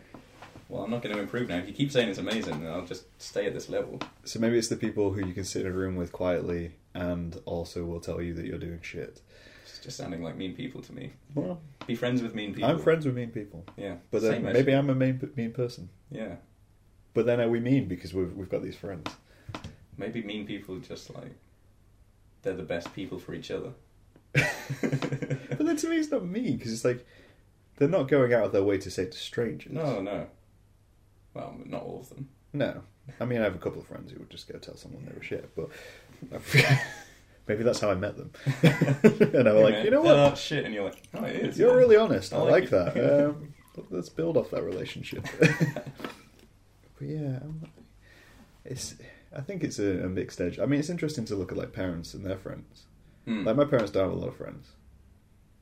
Well, I'm not going to improve now. If you keep saying it's amazing, then I'll just stay at this level. So maybe it's the people who you can sit in a room with quietly and also will tell you that you're doing shit. It's just sounding like mean people to me. Well, Be friends with mean people. I'm friends with mean people, Yeah. but then Same as- maybe I'm a mean mean person. Yeah. But then are we mean because we've we've got these friends? Maybe mean people are just like they're the best people for each other. But then to me, it's not mean because it's like they're not going out of their way to say to strangers. No, no. Well, not all of them. no. I mean, I have a couple of friends who would just go tell someone they were shit, but maybe that's how I met them. and I was like, you know what? Oh, shit, and you're like, oh, it is. You're really honest. Uh, I, I like, like it. that. Um, let's build off that relationship. but yeah, I'm, it's. I think it's a, a mixed edge. I mean, it's interesting to look at like parents and their friends. Hmm. Like my parents don't have a lot of friends.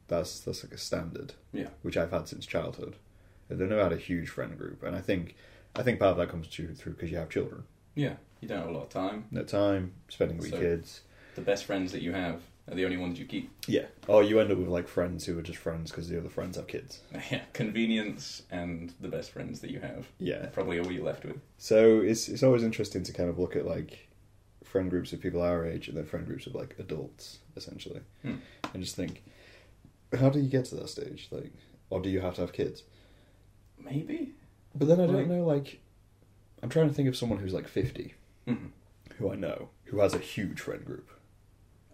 That's that's like a standard. Yeah. Which I've had since childhood. They've never had a huge friend group, and I think I think part of that comes to, through because you have children. Yeah. You don't have a lot of time. No time spending with your So- kids. The best friends that you have are the only ones you keep. Yeah. Or you end up with like friends who are just friends because the other friends have kids. Yeah. Convenience and the best friends that you have. Yeah. Probably are all you're left with. So it's it's always interesting to kind of look at like friend groups of people our age and then friend groups of like adults essentially, Hmm. and just think, how do you get to that stage? Like, or do you have to have kids? Maybe? But then I don't Right. know. Like, I'm trying to think of someone who's like 50 Mhm. who I know who has a huge friend group,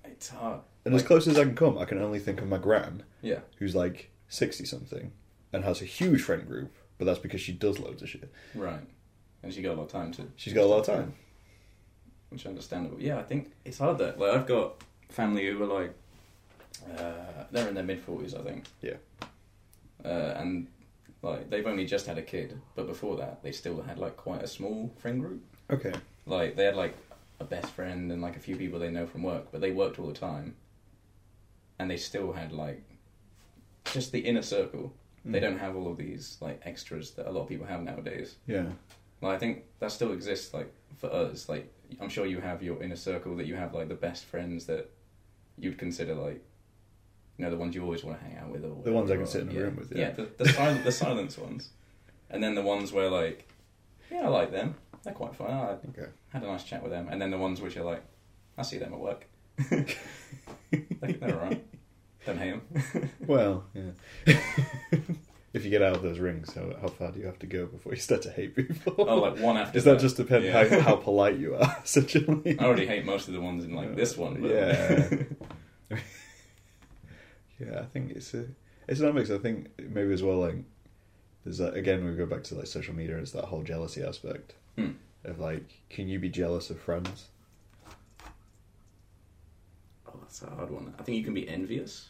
It's hard. and as Like- close as I can come, I can only think of my gran Yeah. who's like 60 something and has a huge friend group, but that's because she does loads of shit. Right. And she got a lot of time to She's got a lot of time. which is understandable. Yeah, I think it's hard though. Like I've got family who are like, uh, they're in their mid forties, I think. Yeah. Uh, and like they've only just had a kid, but before that they still had like quite a small friend group. Okay. Like they had like a best friend and like a few people they know from work, but they worked all the time, and they still had like just the inner circle. They Mm. don't have all of these like extras that a lot of people have nowadays. Yeah. Like, I think that still exists, like for us. Like, I'm sure you have your inner circle that you have, like the best friends that you'd consider, like, you know, the ones you always want to hang out with, or The ones whatever, I can or- sit in a room with, yeah. the, the silent, the silence ones, and then the ones where like, yeah, I like them. They're quite fun. I Okay. had a nice chat with them, and then the ones which are like, I see them at work. they're, they're alright. Don't hate them. Well, yeah. if you get out of those rings, how, how far do you have to go before you start to hate people? Oh, like one after. Does that just depend Yeah. Oh, how, how polite you are, essentially? I already hate most of the ones in like this one. But... Yeah. Yeah, I think it's a it's an mix. I think maybe as well like there's that again we go back to like social media. It's that whole jealousy aspect Hmm. of like, can you be jealous of friends? oh, that's a hard one. I think you can be envious.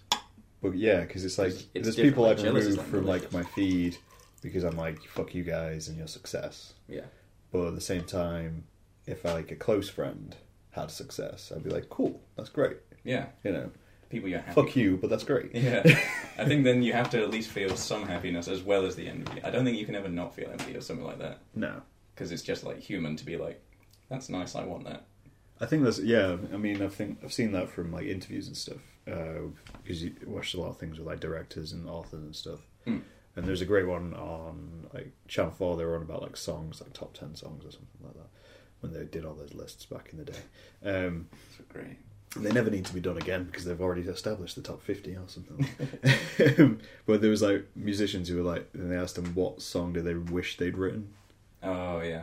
But yeah, because it's like It's- it's there's people I've different, like, jealous is, removed like, from like my malicious. feed because I'm like fuck you guys and your success. Yeah. But at the same time, if like a close friend had success, I'd be like, cool, that's great. Yeah, You know, people you're happy. fuck you, but that's great. Yeah, I think then you have to at least feel some happiness as well as the envy. I don't think you can ever not feel envy or something like that No, because it's just like human to be like, that's nice, I want that. I think that's yeah. I mean, I think I've seen that from like interviews and stuff because you watch a lot of things with like directors and authors and stuff. Hmm. And there's a great one on like Channel Four. They were on about like songs, like top ten songs or something like that, when they did all those lists back in the day. Um, That's great. and they never need to be done again because they've already established the top 50 or something but there was like musicians who were like and they asked them what song do they wish they'd written Oh yeah,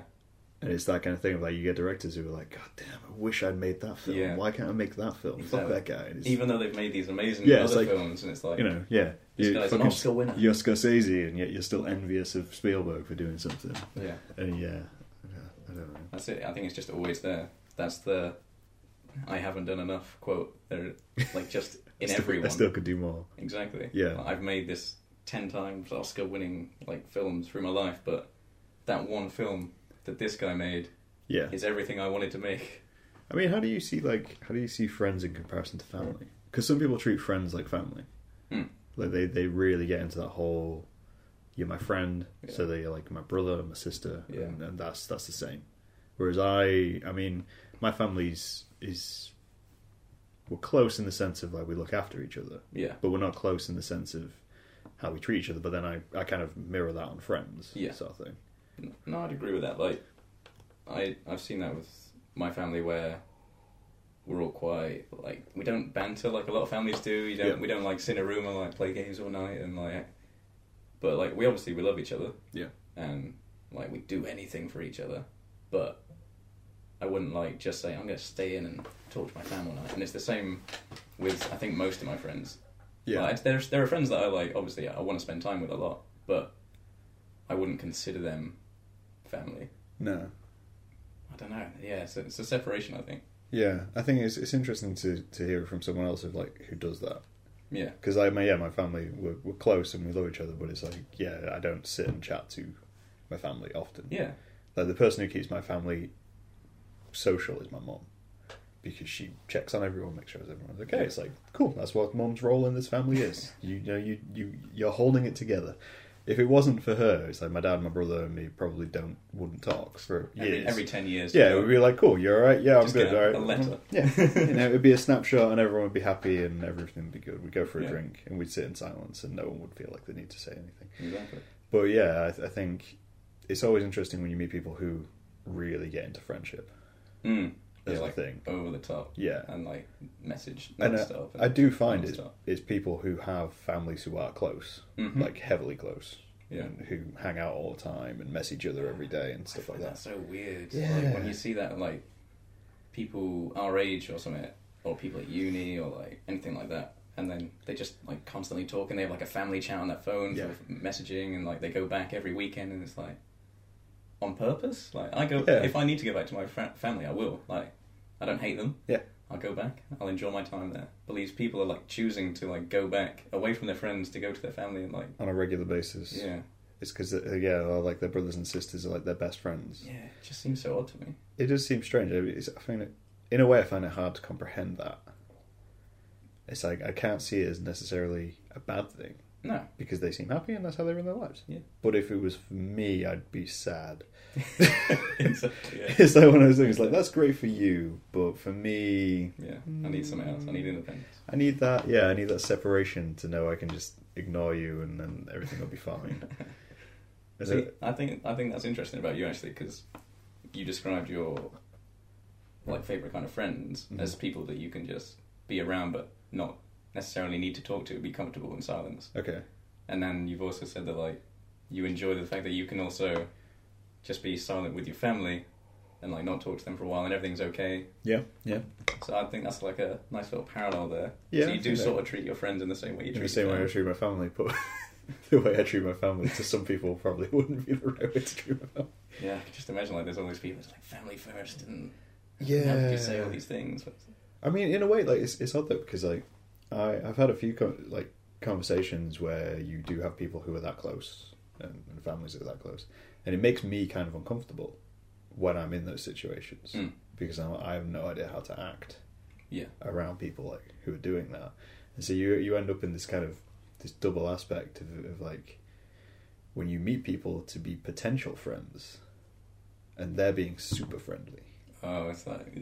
and it's that kind of thing of like you get directors who are like god damn i wish i'd made that film Yeah. why can't i make that film Exactly. fuck that guy And it's, even though they've made these amazing Yeah, it's other like- films, and it's like you know yeah This You guy's an fucking- Oscar winner. you're scorsese and yet you're still envious of spielberg for doing something yeah, and yeah i don't know that's it. I think it's just always there. That's the I haven't done enough quote. They're like just I in still- i everyone. still could do more Exactly. Yeah. Like, I've made this ten times Oscar winning like film through my life, but that one film that this guy made yeah is everything I wanted to make. I mean, how do you see like how do you see friends in comparison to family? Because some people treat friends like family. Hmm. Like they they really get into that whole you're my friend, Yeah. so they're like my brother, my sister, Yeah. and, and that's that's the same. Whereas I, I mean, my family's is we're close in the sense of like we look after each other, Yeah. but we're not close in the sense of how we treat each other. But then I I kind of mirror that on friends, Yeah. sort of thing. No, I'd agree with that. Like, I I've seen that with my family where we're all quiet. Like, we don't banter like a lot of families do. You don't. Yeah. We don't like sit in a room and like play games all night and like. But like, we obviously we love each other. Yeah. And like, we do anything for each other, but. I wouldn't like just say I'm going to stay in and talk to my family all night, and it's the same with I think most of my friends. Yeah, Like, there's, there are friends that I like, obviously, I want to spend time with a lot, but I wouldn't consider them family. no, I don't know. Yeah, it's a, it's a separation, I think. Yeah, I think it's it's interesting to, to hear it from someone else of like who does that Yeah. because I my yeah my family we're, we're close and we love each other but it's like yeah I don't sit and chat to my family often Yeah. like the person who keeps my family social is my mom because she checks on everyone makes sure everyone's okay Yeah. it's like cool that's what mom's role in this family is you, know you you you're holding it together if it wasn't for her it's like my dad my brother and me probably don't wouldn't talk for years Every, every 10 years. yeah, it would be like, cool, you're all right. Yeah, I'm Just good. get a- all right. Mm-hmm. a letter. Yeah, you know, it'd be a snapshot, and everyone would be happy, and everything would be good. We'd go for a Yeah. drink, and we'd sit in silence, and no one would feel like they need to say anything. Exactly. But yeah, I, th- I think it's always interesting when you meet people who really get into friendship. Mm. That's yeah, the like thing. over the top Yeah, and like message and and I, stuff. I do find and it's, stuff. it's people who have families who are close, Mhm. like heavily close, Yeah. and who hang out all the time and mess each other every day and stuff like that. That's so weird. Yeah. Like when you see that, like people our age or something, or people at uni or like anything like that, and then they just like constantly talk and they have like a family chat on their phone Yeah. for messaging, and like they go back every weekend, and it's like on purpose. Like I go Yeah. if I need to go back to my fra- family, I will. Like I don't hate them. Yeah. I'll go back. I'll enjoy my time there. But these people are like choosing to like go back away from their friends to go to their family and like On a regular basis, yeah it's because yeah, like their brothers and sisters are like their best friends. yeah. It just seems so odd to me. It does seem strange. I, it's, I find it, in a way, I find it hard to comprehend that. It's like I can't see it as necessarily a bad thing No. because they seem happy and that's how they run their lives. Yeah. But if it was for me, I'd be sad. Exactly, yeah. It's like one of those things. Like that's great for you, but for me, Yeah, I need something else. I need independence. I need that. Yeah, I need that separation to know I can just ignore you and then everything will be fine. Is See, it? I think I think that's interesting about you actually because you described your like favorite kind of friends Mhm. as people that you can just be around but not necessarily need to talk to, be comfortable in silence. Okay. And then you've also said that like you enjoy the fact that you can also just be silent with your family and like not talk to them for a while and everything's okay. Yeah, yeah. So I think that's like a nice little parallel there. Yeah, So I you do think that- sort of treat your friends in the same way you In treat the same your way I family. treat my family, but the way I treat my family to some people probably wouldn't be the right way to treat my family. Yeah, I can just imagine like there's all these people it's like family first and how could Yeah. you say all these things? But- I mean, in a way, like it's it's odd though because like I I've had a few con like conversations where you do have people who are that close and, and families that are that close, and it makes me kind of uncomfortable when I'm in those situations Mm. because I'm, I have no idea how to act Yeah. around people like who are doing that, and so you you end up in this kind of this double aspect of, of like when you meet people to be potential friends, and they're being super friendly. Oh, it's like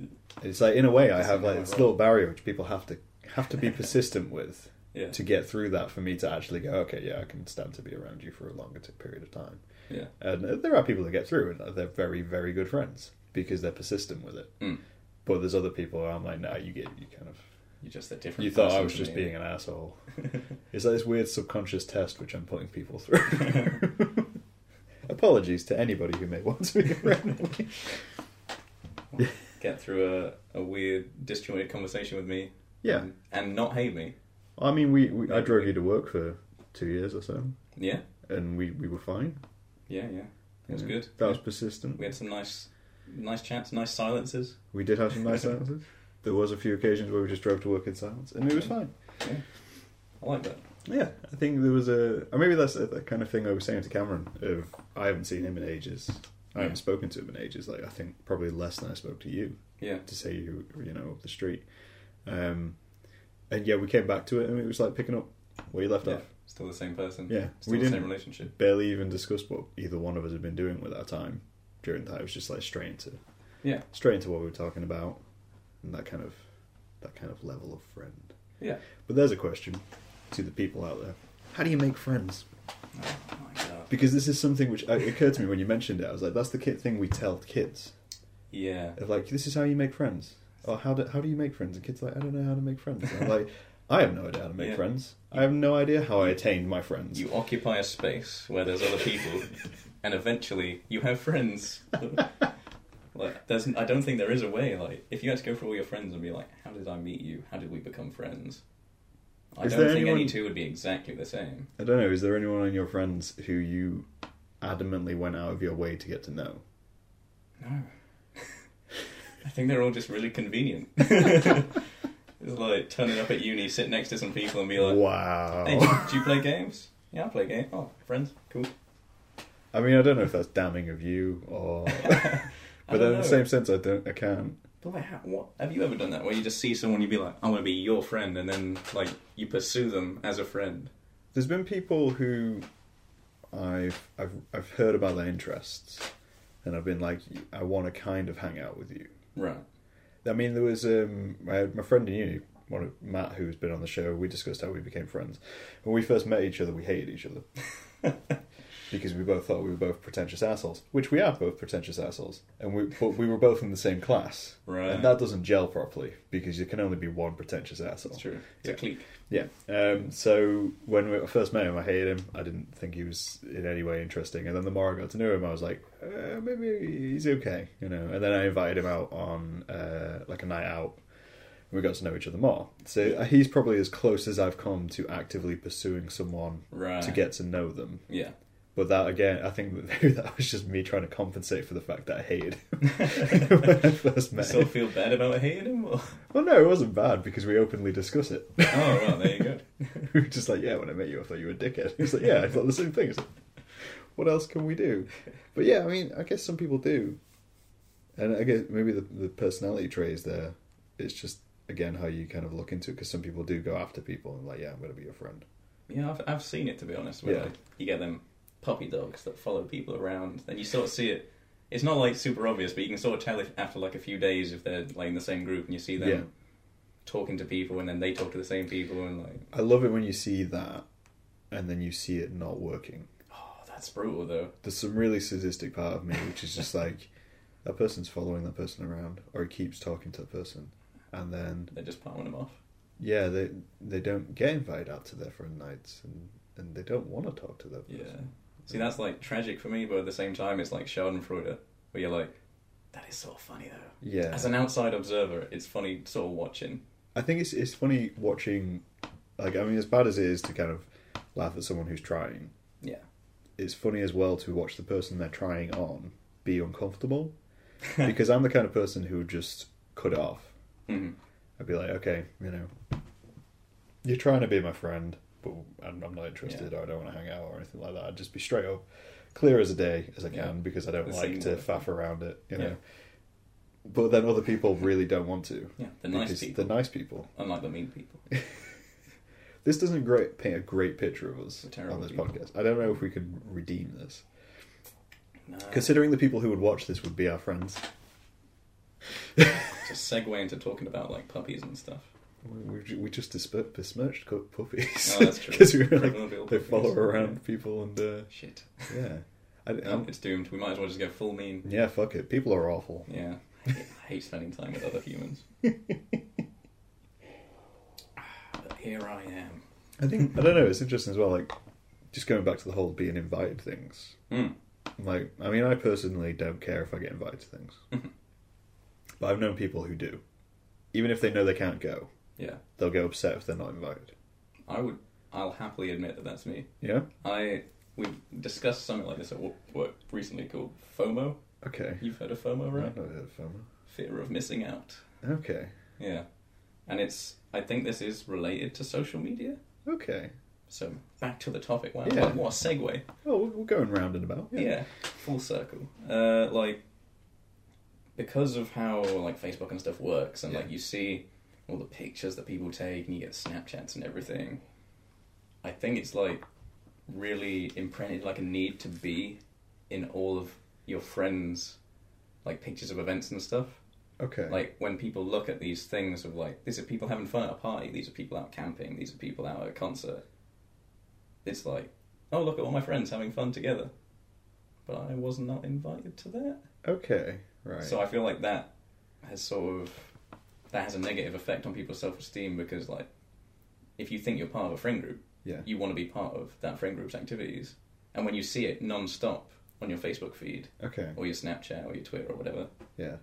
It's like in a way I Just have ignore like this it. little barrier which people have to have to be persistent with yeah, to get through that for me to actually go okay yeah I can stand to be around you for a longer t- period of time. Yeah. And there are people that get through and they're very very good friends because they're persistent with it. Mm. But there's other people where I'm like no you get you kind of you're just a different. you thought I person was to just me. being an asshole. It's like this weird subconscious test which I'm putting people through. Apologies to anybody who may want to be around me. get through a, a weird disjointed conversation with me. Yeah. and, and not hate me. I mean, we, we I drove you to work for two years or so, Yeah, and we, we were fine. yeah, yeah. It was Yeah. good. That was persistent. We had some nice, nice chats, nice silences. We did have some nice silences. There was a few occasions where we just drove to work in silence, and it was fine. I like that. Yeah, I think there was a, or maybe that's the kind of thing I was saying to Cameron. Of I haven't seen him in ages. I haven't Yeah. spoken to him in ages. Like I think probably less than I spoke to you. Yeah. To say you you know up the street, um, and yeah, we came back to it, and it was like picking up where you left Yeah. off. Still the same person. Yeah, Still we the didn't same relationship. barely even discussed what either one of us had been doing with our time during that. It was just like straight into Yeah. straight into what we were talking about, and that kind of that kind of level of friend. Yeah. But there's a question to the people out there: How do you make friends? Oh my god. Because this is something which uh, occurred to me when you mentioned it. I was like, that's the kid thing we tell kids. Yeah. Of like, this is how you make friends. Or how do how do you make friends? And kids are like, I don't know how to make friends. And I'm like, I have no idea how to make Yeah. friends. I have no idea how I attained my friends. You occupy a space where there's other people, and eventually you have friends. like, there's, I don't think there is a way. Like, if you had to go through all your friends and be like, "How did I meet you? How did we become friends?" I Is don't there think any anyone- two would be exactly the same. I don't know. Is there anyone on your friends who you adamantly went out of your way to get to know? No. I think they're all just really convenient. it's like turning up at uni, sit next to some people, and be like, wow. "Hey, do you, do you play games? Yeah, I play games. Oh, friends, cool." I mean, I don't know if that's damning of you or. but don't in know. the same sense, I don't. I can't. But like, how, what have you ever done that? Where you just see someone, you be like, "I want to be your friend," and then like you pursue them as a friend. There's been people who, I've I've I've heard about their interests, and I've been like, I want to kind of hang out with you. Right. I mean, there was um, my, my friend in uni, one of, Matt, who's been on the show. We discussed how we became friends. When we first met each other, we hated each other because we both thought we were both pretentious assholes, which we are both pretentious assholes. And we but we were both in the same class, Right. And that doesn't gel properly because you can only be one pretentious asshole. It's true. It's Yeah. a clique. Yeah. Um, so when we first met him, I hated him. I didn't think he was in any way interesting. And then the more I got to know him, I was like, uh, maybe he's okay, you know. And then I invited him out on uh, like a night out. and We got to know each other more. So uh, he's probably as close as I've come to actively pursuing someone Right. to get to know them. Yeah. But that again, I think that maybe that was just me trying to compensate for the fact that I hated him when I first You met still him. feel bad about hating him? Or? Well, no, it wasn't bad because we openly discuss it. Oh, right. There you go. We were just like, yeah, when I met you, I thought you were a dickhead. He was like, yeah, I thought the same thing. It's like, what else can we do? But yeah, I mean, I guess some people do. And I guess maybe the, the personality trait is there. It's just, again, how you kind of look into it. Because some people do go after people and like, yeah, I'm going to be your friend. Yeah, I've, I've seen it to be honest. Where Yeah. like, you get them puppy dogs that follow people around, and you sort of see it. It's not like super obvious, but you can sort of tell if, after like a few days if they're like in the same group, and you see them Yeah. talking to people, and then they talk to the same people, and like, I love it when you see that and then you see it not working. oh, that's brutal though. There's some really sadistic part of me, which is just like, that person's following that person around or he keeps talking to that person. And then They're just palming them off. Yeah, they they don't get invited out to their friend nights, and and they don't want to talk to that Yeah. person. See, that's like tragic for me, but at the same time, it's like Schadenfreude, where you're like, that is sort of funny though. Yeah. As an outside observer, it's funny sort of watching. I think it's it's funny watching, like I mean, as bad as it is to kind of laugh at someone who's trying, Yeah. it's funny as well to watch the person they're trying on be uncomfortable, because I'm the kind of person who would just cut it off. Mhm. I'd be like, okay, you know, you're trying to be my friend, but I'm, I'm not interested, or I don't want to hang out, or anything like that. I'd just be straight up, clear as a day as I can, Yeah. because I don't The like same to word. faff around it, you know. Yeah. But then other people really don't want to. Yeah. The nice because people, They're nice people. unlike the mean people. This doesn't great, paint a great picture of us We're terrible on this people. podcast. I don't know if we could redeem this. No. Considering the people who would watch this would be our friends. Just segue into talking about like puppies and stuff. We, we, ju- we just disp- besmirched cu- puppies. Oh, that's true. Because we were like, Proverbial they puppies. follow around people and, uh, Shit. yeah. I, Um, I'm, it's doomed. We might as well just go full mean. yeah, fuck it. People are awful. Yeah. I hate, I hate spending time with other humans. but here I am. I think, I don't know, it's interesting as well, like, just going back to the whole being invited things. Mm. Like, I mean, I personally don't care if I get invited to things. Mm-hmm. but I've known people who do. Even if they know they can't go, Yeah. they'll get upset if they're not invited. I would. I'll happily admit that that's me. Yeah? I we discussed something like this at wo- work recently called FOMO. Okay. You've heard of FOMO, right? I've not heard of FOMO. Fear of missing out. Okay. Yeah, and it's. I think this is related to social media. Okay. So back to the topic. Wow, Yeah. what, what a segue. Oh, we're- we're going round and about. Yeah, full circle. Uh, like because of how like Facebook and stuff works, and like Yeah. you see all the pictures that people take, and you get Snapchats and everything. I think it's like really imprinted like a need to be in all of your friends, like pictures of events and stuff. Okay. Like when people look at these things of like these are people having fun at a party, these are people out camping, these are people out at a concert. It's like, oh look at all my friends having fun together. But I was not invited to that. okay. Right. So I feel like that has sort of that has a negative effect on people's self esteem because like if you think you're part of a friend group, Yeah. you want to be part of that friend group's activities. And when you see it non stop on your Facebook feed okay. or your Snapchat or your Twitter or whatever, Yeah.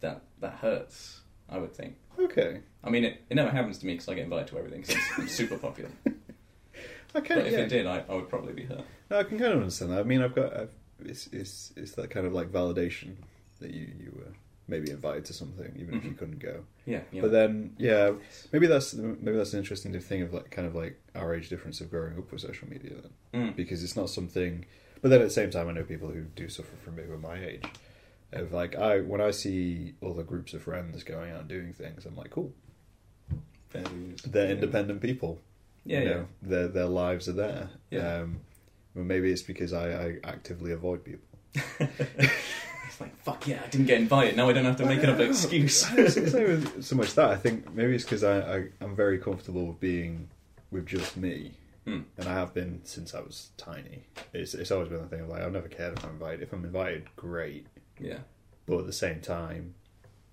that that hurts, I would think. Okay. I mean, it, it never happens to me because I get invited to everything 'cause I'm, I'm super popular. I kind But of if yeah. it did, I, I would probably be hurt. No, I can kind of understand that. I mean, I've got I've, it's it's it's that kind of like validation that you you were maybe invited to something even if you couldn't go. Yeah, Mm-hmm. yeah. But then yeah, maybe that's maybe that's an interesting thing of like kind of like our age difference of growing up with social media then. Mm. because it's not something. But then at the same time, I know people who do suffer from it who are my age. Of like, I when I see other groups of friends going out and doing things, I'm like, cool. Fair dues. They're Yeah. independent people. Yeah, you yeah. know, their their lives are there. Yeah. Um, well, maybe it's because I, I actively avoid people. it's like fuck yeah, I didn't get invited. Now I don't have to make an excuse. I don't- it's not even so much that I think maybe it's because I, I I'm very comfortable with being with just me, Hmm. and I have been since I was tiny. It's it's always been the thing of like I've never cared if I'm invited. If I'm invited, great. yeah, but at the same time,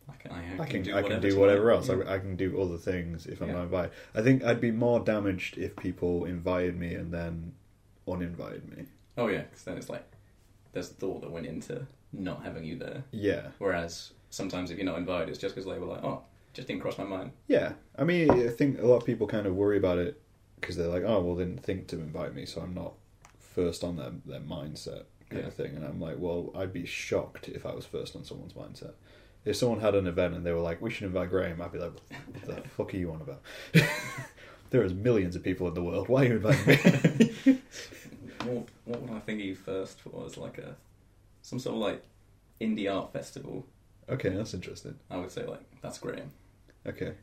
I can. I, I can do I whatever can do tonight. whatever else. Yeah. I, I can do other things if I'm Yeah. not invited. I think I'd be more damaged if people invited me and then uninvited me. Oh yeah, because then it's like there's thought that went into not having you there. Yeah, Whereas sometimes if you're not invited, it's just because they were like, oh, just didn't cross my mind. yeah. I mean, I think a lot of people kind of worry about it because they're like, oh, well, they didn't think to invite me, so I'm not first on their their mindset kind Yeah. of thing. And I'm like, well, I'd be shocked if I was first on someone's mindset. If someone had an event and they were like, we should invite Graham, I'd be like, what the fuck are you on about? there is millions of people in the world. Why are you inviting me? What, what would I think of you first for? Is like a some sort of like indie art festival. Okay, that's interesting. I would say like that's Graham. Okay,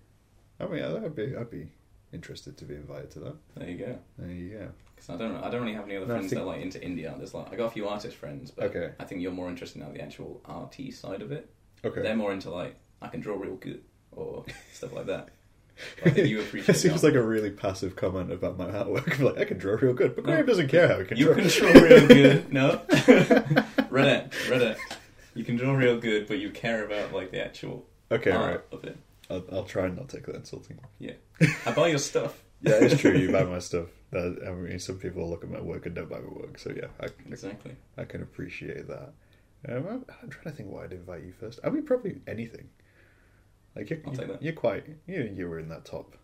I mean, I- I'd be, I'd be interested to be invited to that. There you go. There you go. Because I don't, I don't really have any other No, I friends think- that are like into indie art. There's like I got a few artist friends, but Okay. I think you're more interested in the actual arty side of it. Okay, They're more into like I can draw real good or stuff like that. I think you appreciate That seems that. like a really passive comment about my artwork. like, I can draw real good, but Graham doesn't care how he can You draw. can draw real good. No, Reddit, Reddit. You can draw real good, but you care about like the actual okay, all art right. of it. I'll, I'll try and not take that insulting. I buy your stuff. Yeah, it's true. You buy my stuff. That, I mean, some people look at my work and don't buy my work. So yeah, I, Exactly. I can appreciate that. Um, I'm, I'm trying to think why I'd invite you first. I mean, probably anything. Like you're, I'll take you're, that. you're quite you you were in that top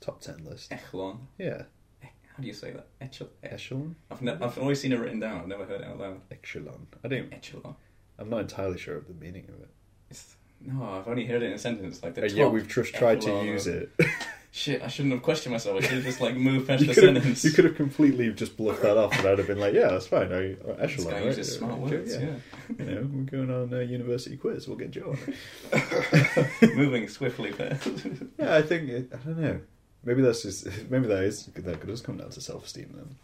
top ten list. Echelon. Yeah, Ech- How do you say that? Echelon. Ech- echelon, I've, ne- I've always seen it written down. I've never heard it out loud. echelon. I don't. Echelon. I'm not entirely sure of the meaning of it. It's no. I've only heard it in a sentence like the And top. yet Uh, we've just tried to echelon use of- it. Shit! I shouldn't have questioned myself. I should have just like moved past you, the could have, sentence. you could have completely just bluffed that off, and I'd have been like, "Yeah, that's fine." I, echelon. This guy right? uses Yeah, smart right, words. yeah. Yeah. you know, we're going on a university quiz. We'll get Joe on. it. Moving swiftly past. yeah, I think it, I don't know. Maybe that's just maybe that is that could just come down to self esteem then.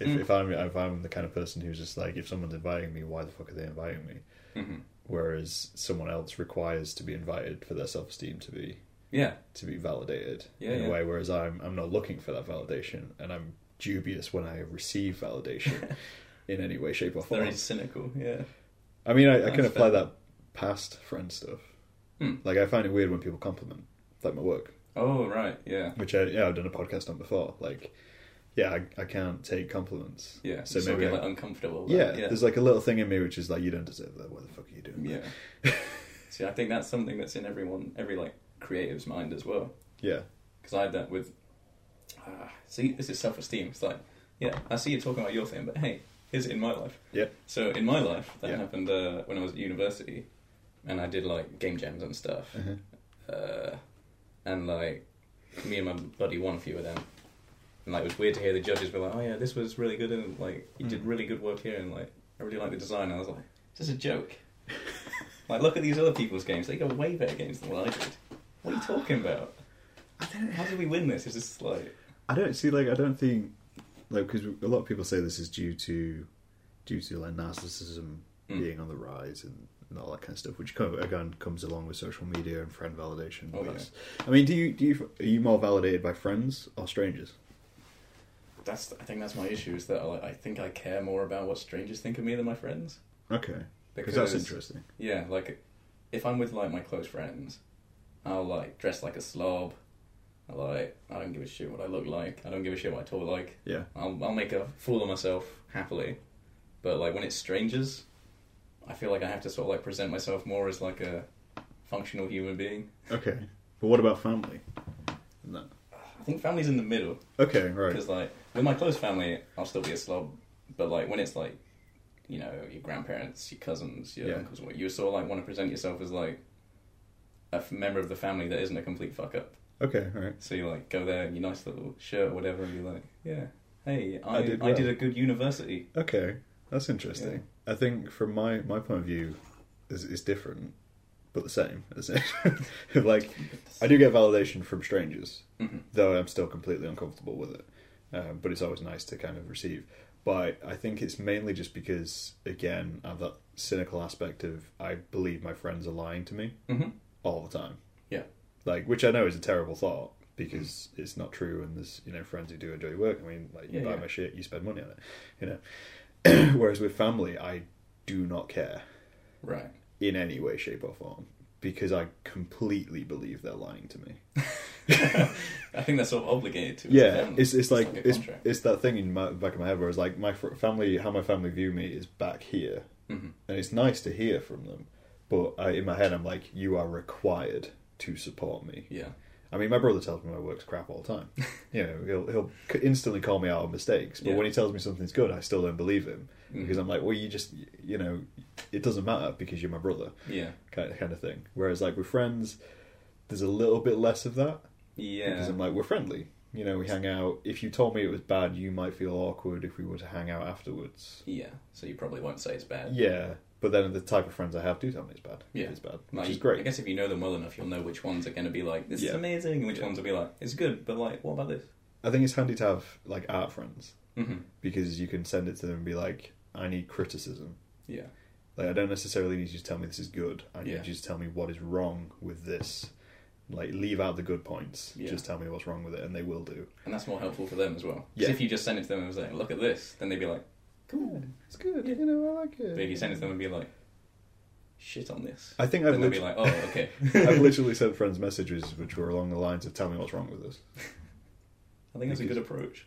If, Mm. if I'm if I'm the kind of person who's just like if someone's inviting me, why the fuck are they inviting me? hmm Whereas someone else requires to be invited for their self esteem to be Yeah. to be validated Yeah, in yeah. a way. Whereas I'm I'm not looking for that validation, and I'm dubious when I receive validation in any way, shape, or form. Very cynical. Yeah. I mean, I, I can That's apply fair. that past friend stuff. Hmm. Like, I find it weird when people compliment, like, my work, Oh right. Yeah. which I, yeah, I've done a podcast on before. Like, yeah, I, I can't take compliments. Yeah. So So maybe maybe get I- like uncomfortable. but- Yeah, Yeah. there's like a little thing in me which is like, you don't deserve that. What the fuck are you doing? that?" Yeah. See, I think that's something that's in everyone, every like creative's mind as well. Yeah. Because I had that with. ah, see, this is self esteem. It's like, yeah, I see you talking about your thing, but hey, here's it in my life. Yeah. So in my life, that Yeah. happened uh, when I was at university, and I did like game jams and stuff, Uh-huh. uh, and like me and my buddy won a few of them, and like it was weird to hear the judges be like, oh yeah, this was really good, and like you did Mm. really good work here, and like I really like the design. And I was like, this is a joke. like look at these other people's games; they go way better games than what I did. What are you talking about? I don't, How did we win this? It's just like I don't see, like, I don't think, like, because a lot of people say this is due to, due to, like, narcissism Mm. being on the rise and, and all that kind of stuff, which co- again comes along with social media and friend validation. Oh, yeah. That's- I mean, do you do you are you more validated by friends or strangers? that's. I think that's my issue is that like, I think I care more about what strangers think of me than my friends. Okay, because that's interesting. Yeah, like if I'm with like my close friends, I'll like dress like a slob. I like I don't give a shit what I look like. I don't give a shit what I talk like. Yeah. I'll I'll make a fool of myself happily. But like when it's strangers, I feel like I have to sort of like present myself more as like a functional human being. Okay, but what about family? No. I think family's in the middle Okay, right. because like with my close family, I'll still be a slob. But like when it's like, you know, your grandparents, your cousins, your Yeah. uncles, what you sort of like want to present yourself as like a f- member of the family that isn't a complete fuck up. Okay, all right. So you like go there in your nice little shirt or whatever, and be like, yeah, hey, I, I I, did, did well." a good university. Okay, that's interesting. I think from my my point of view, is is different, but the same. As it? like, I do get validation from strangers, Mhm. though I'm still completely uncomfortable with it. Um, but it's always nice to kind of receive. But I think it's mainly just because, again, I have that cynical aspect of I believe my friends are lying to me hmm all the time. Yeah. Like, which I know is a terrible thought because it's not true, and there's you know friends who do enjoy your work. I mean, like you Yeah, buy yeah. my shit, you spend money on it, you know. Whereas with family, I do not care Right. in any way, shape, or form because I completely believe they're lying to me. I think that's sort of obligated to. as a yeah, family. it's it's like a it's contract. it's that thing in my back of my head where it's like my fr- family, how my family view me is back here, Mhm. and it's nice to hear from them. But I, in my head, I'm like, you are required to support me. yeah. I mean, my brother tells me my work's crap all the time. You know, he'll he'll c- instantly call me out on mistakes. But Yeah. when he tells me something's good, I still don't believe him Mhm. because I'm like, well, you just, you know, it doesn't matter because you're my brother, Yeah. kind of, kind of thing. Whereas like with friends, there's a little bit less of that because Yeah. I'm like, we're friendly. You know, we hang out. If you told me it was bad, you might feel awkward if we were to hang out afterwards. Yeah. So you probably won't say it's bad. Yeah, but then the type of friends I have do tell me it's bad. if Yeah. it's bad, which Like, is I great. guess if you know them well enough, you'll know which ones are going to be like, this Yeah. is amazing, and which Yeah. ones will be like, it's good, but like, what about this? I think it's handy to have like art friends. Mm-hmm. because you can send it to them and be like, I need criticism. Yeah. Like, I don't necessarily need you to tell me this is good. I need Yeah. you to tell me what is wrong with this. Like, leave out the good points. Yeah. Just tell me what's wrong with it, and they will do. And that's more helpful for them as well. 'Cause Yeah. if you just send it to them and say, look at this, then they'd be like, cool. It's good. You know, I like it. But if you send it to them and be like, shit on this, I think I've, then they'll be like, lit- oh, okay. I've literally sent friends messages which were along the lines of, tell me what's wrong with this. I think that's a good approach.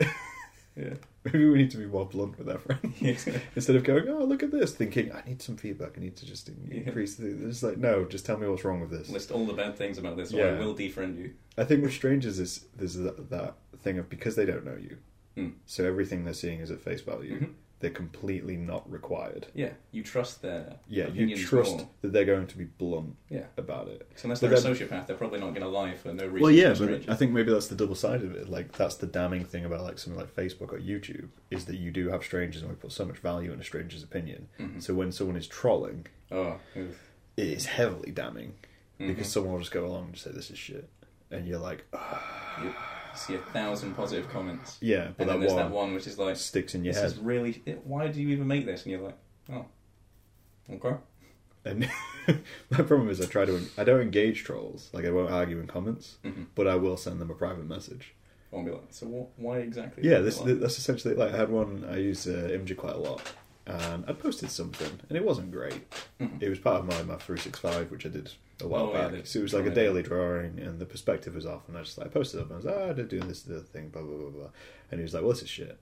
Yeah. Maybe we need to be more blunt with our friends. Yeah. Instead of going, oh, look at this, thinking, I need some feedback. I need to just in- Yeah. increase the. It's like, no, just tell me what's wrong with this. List all the bad things about this, or I Yeah. will defriend you. I think with strangers, is there's that, that thing of because they don't know you, Hmm. so everything they're seeing is at face value. Mhm. They're completely not required. Yeah, you trust their Yeah, opinions you trust more. that they're going to be blunt Yeah, about it. 'Cause unless But they're a sociopath, they're probably not going to lie for no reason. Well, to yeah, but strangers. I think maybe that's the double side of it. Like, that's the damning thing about like something like Facebook or YouTube is that you do have strangers, and we put so much value in a stranger's opinion. Mm-hmm. So when someone is trolling, oh, oof. it is heavily damning Mm-hmm. because someone will just go along and just say this is shit, and you're like, "Oh, "Ugh." you see a thousand positive comments, yeah, but and then that there's one, that one which is like, sticks in your this head, is really. Why do you even make this? And you're like, oh, okay. and my problem is I try to I don't engage trolls. Like I won't argue in comments, Mm-hmm. but I will send them a private message. I'll be like, so what, why exactly? Yeah, is this, it like? that's essentially like I had one. I use uh, Imgur quite a lot, and I posted something, and it wasn't great. It was part of my my three six five, which I did a while Mm-hmm. Oh, yeah, back. the so it was like a drawing. daily drawing, and the perspective was off, and I just like I posted up, and I was like, ah, I did do this the other thing, blah blah blah blah, and he was like, well, this is shit,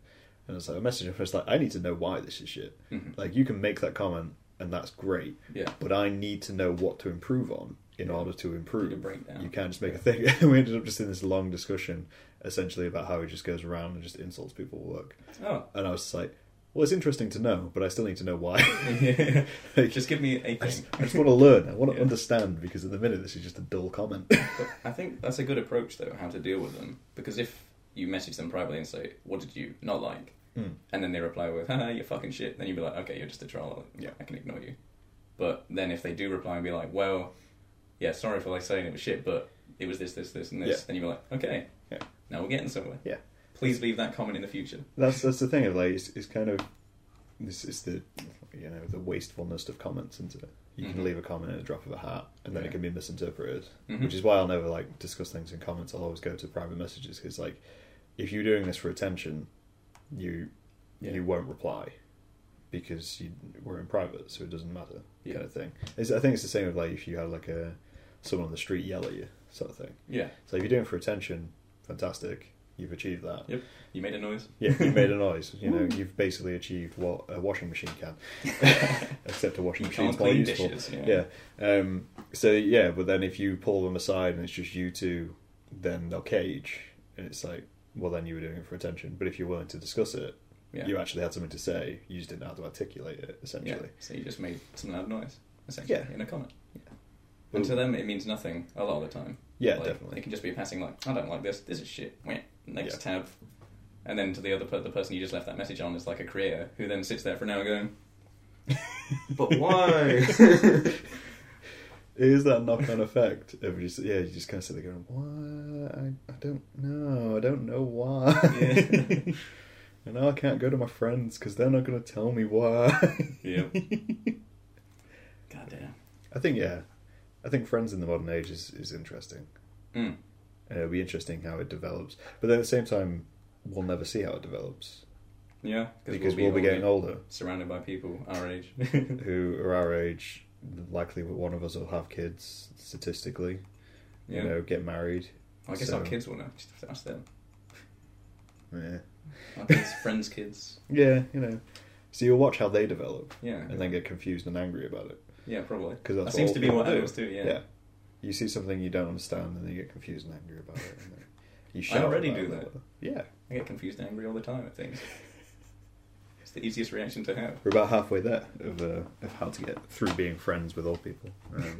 and I was like, I messaged him, I was like, I need to know why this is shit. Mm-hmm. Like you can make that comment, and that's great, Yeah. but I need to know what to improve on in Yeah. order to improve. Need a breakdown. You can't just make a thing. And we ended up just in this long discussion, essentially about how he just goes around and just insults people at work. Oh, And I was just like, well, it's interesting to know, but I still need to know why. Like, Oh. just give me a I thing. just, I just want to learn. I want to Yeah. understand because at the minute this is just a dull comment. But I think that's a good approach, though, how to deal with them. Because if you message them privately and say, "What did you not like?" Hmm. and then they reply with, "Haha, you're fucking shit," then you'd be like, "Okay, you're just a troll. Yeah, I can ignore you." But then if they do reply and be like, "Well, yeah, sorry for like saying it was shit, but it was this, this, this, and this," Yeah. then you'd be like, "Okay, Yeah. now we're getting somewhere." Yeah. Please leave that comment in the future. that's that's the thing of like it's, it's kind of this is the you know the wastefulness of comments into it. You Mhm. can leave a comment at a drop of a hat, and then Yeah. it can be misinterpreted, Mhm. which is why I'll never like discuss things in comments. I'll always go to private messages because like if you're doing this for attention, you Yeah. you won't reply because you we're in private, so it doesn't matter Yeah. kind of thing. It's, I think it's the same with like if you had like a someone on the street yell at you sort of thing. Yeah, So if you're doing it for attention, fantastic, you've achieved that. Yep. you made a noise. Yeah, you made a noise. You Mm. know, you've basically achieved what a washing machine can, except a washing You machine can't is more clean useful. dishes. Yeah. Um, so yeah, but then if you pull them aside and it's just you two, then they'll cage, and it's like, well, then you were doing it for attention. But if you're willing to discuss it, Yeah. you actually had something to say. You just didn't know how to articulate it, Yeah, essentially. so you just made some loud noise, essentially, Yeah. in a comment. Yeah. And to them, it means nothing a lot of the time. Yeah, Like, definitely. It can just be passing, like, I don't like this, this is shit, Meh. next Yeah. tab. And then to the other per- the person you just left that message on is like a creator who then sits there for an hour going, But why? It is that knock on effect of just yeah, you just kind of sit there going, "What? I, I don't know. I don't know why." Yeah. and now I can't go to my friends because they're not going to tell me why. Yep. God damn. I think yeah, I think friends in the modern age is is interesting. Mm. And it'll be interesting how it develops, but then at the same time, we'll never see how it develops Yeah, because we'll be, getting older. surrounded by people our age. Who are our age? Likely, one of us will have kids. Statistically, yeah. you know, get married. I guess our so- kids will know. Just have to ask them. Yeah. Our kids, friends' kids. Yeah, you know. So you'll watch how they develop Yeah. and then get confused and angry about it Yeah, probably. because that's that seems all to be people what do. animals do, yeah. Yeah. You see something you don't understand and then you get confused and angry about it. And then you I shout already about do it. that. Yeah, I get confused and angry all the time at things. It's the easiest reaction to have. we're about halfway there of, uh, of how to get through being friends with old people. Um,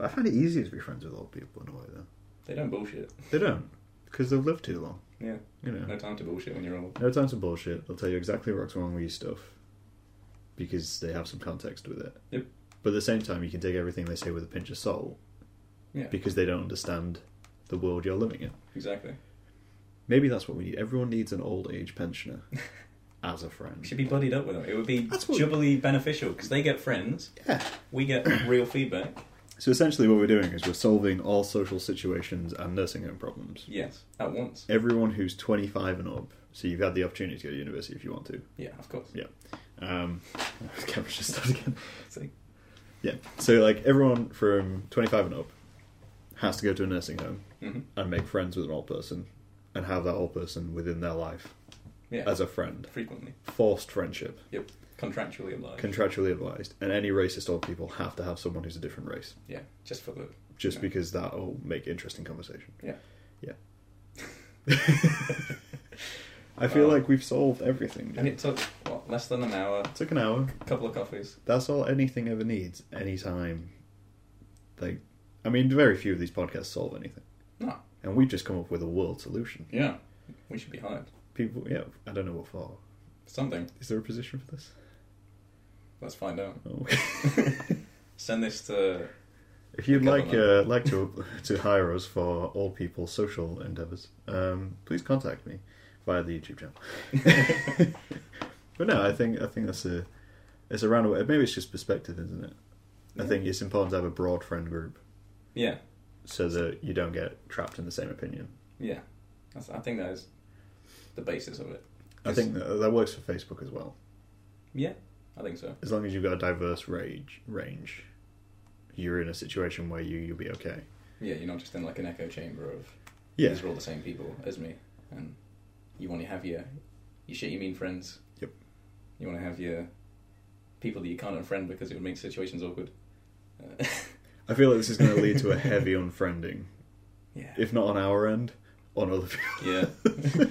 I find it easier to be friends with old people in a way though. They don't bullshit. They don't because they've lived too long. Yeah. You know, No time to bullshit when you're old. no time to bullshit. They'll tell you exactly what's wrong with your stuff because they have some context with it. Yep. But at the same time, you can take everything they say with a pinch of salt Yeah. because they don't understand the world you're living in. Exactly. Maybe that's what we need. Everyone needs an old age pensioner as a We friend. should be buddied up with them. It would be That's what- jubbly beneficial because they get friends, Yeah. we get real feedback. So essentially, what we're doing is we're solving all social situations and nursing home problems. Yes, at once. Everyone who's 25 and up, so you've had the opportunity to go to university if you want to. Yeah, of course. Um, the camera just started again. See? Yeah. So like everyone from 25 and up has to go to a nursing home hmm and make friends with an old person and have that whole person within their life Yeah. as a friend. frequently. Forced friendship, Yep. Contractually obliged. contractually advised, and any racist old people have to have someone who's a different race, yeah. Just for the. just Yeah. because that'll make interesting conversation. Yeah. Yeah. I feel Wow. like we've solved everything. And It it took what less than an hour, took an hour. a couple of coffees. That's all anything ever needs. Anytime, like, I mean, very few of these podcasts solve anything, No. and we've just come up with a world solution. Yeah. We should be hired. People, yeah, I don't know what for. Something. Is there a position for this? Let's find out. Oh. Send this to. if you'd Come like on, uh, like to to hire us for all people's social endeavors, um, please contact me via the YouTube channel. but no, I think I think that's a it's a roundabout. Maybe it's just perspective, isn't it? I Yeah. think it's important to have a broad friend group Yeah. so that you don't get trapped in the same opinion. Yeah. That's, I think that is the basis of it. I think that, that works for Facebook as well. Yeah. I think so. As long as you've got a diverse range, range, you're in a situation where you you'll be okay. Yeah. You're not just in like an echo chamber of Yeah, These are all the same people as me, and you want to have your your shit you mean friends. Yep. You want to have your people that you can't unfriend because it would make situations awkward. Uh, I feel like this is going to lead to a heavy unfriending, yeah. if not on our end, on other people. Yeah.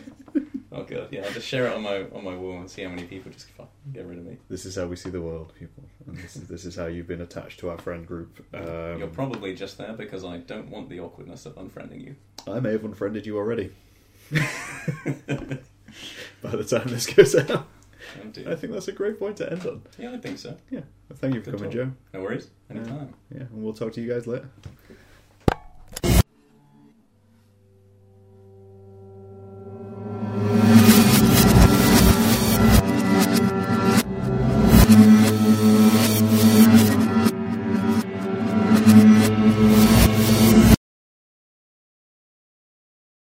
oh god. Yeah. I'll just share it on my on my wall and see how many people just fuck, get rid of me. This is how we see the world, people. And this is this is how you've been attached to our friend group. Um, You're probably just there because I don't want the awkwardness of unfriending you. I may have unfriended you already. By the time this goes out, And I do. think that's a great point to end on. Yeah, I think so. Yeah, thank you for Good coming, talk. Joe. No worries. Anytime. Yeah, and we'll talk to you guys later.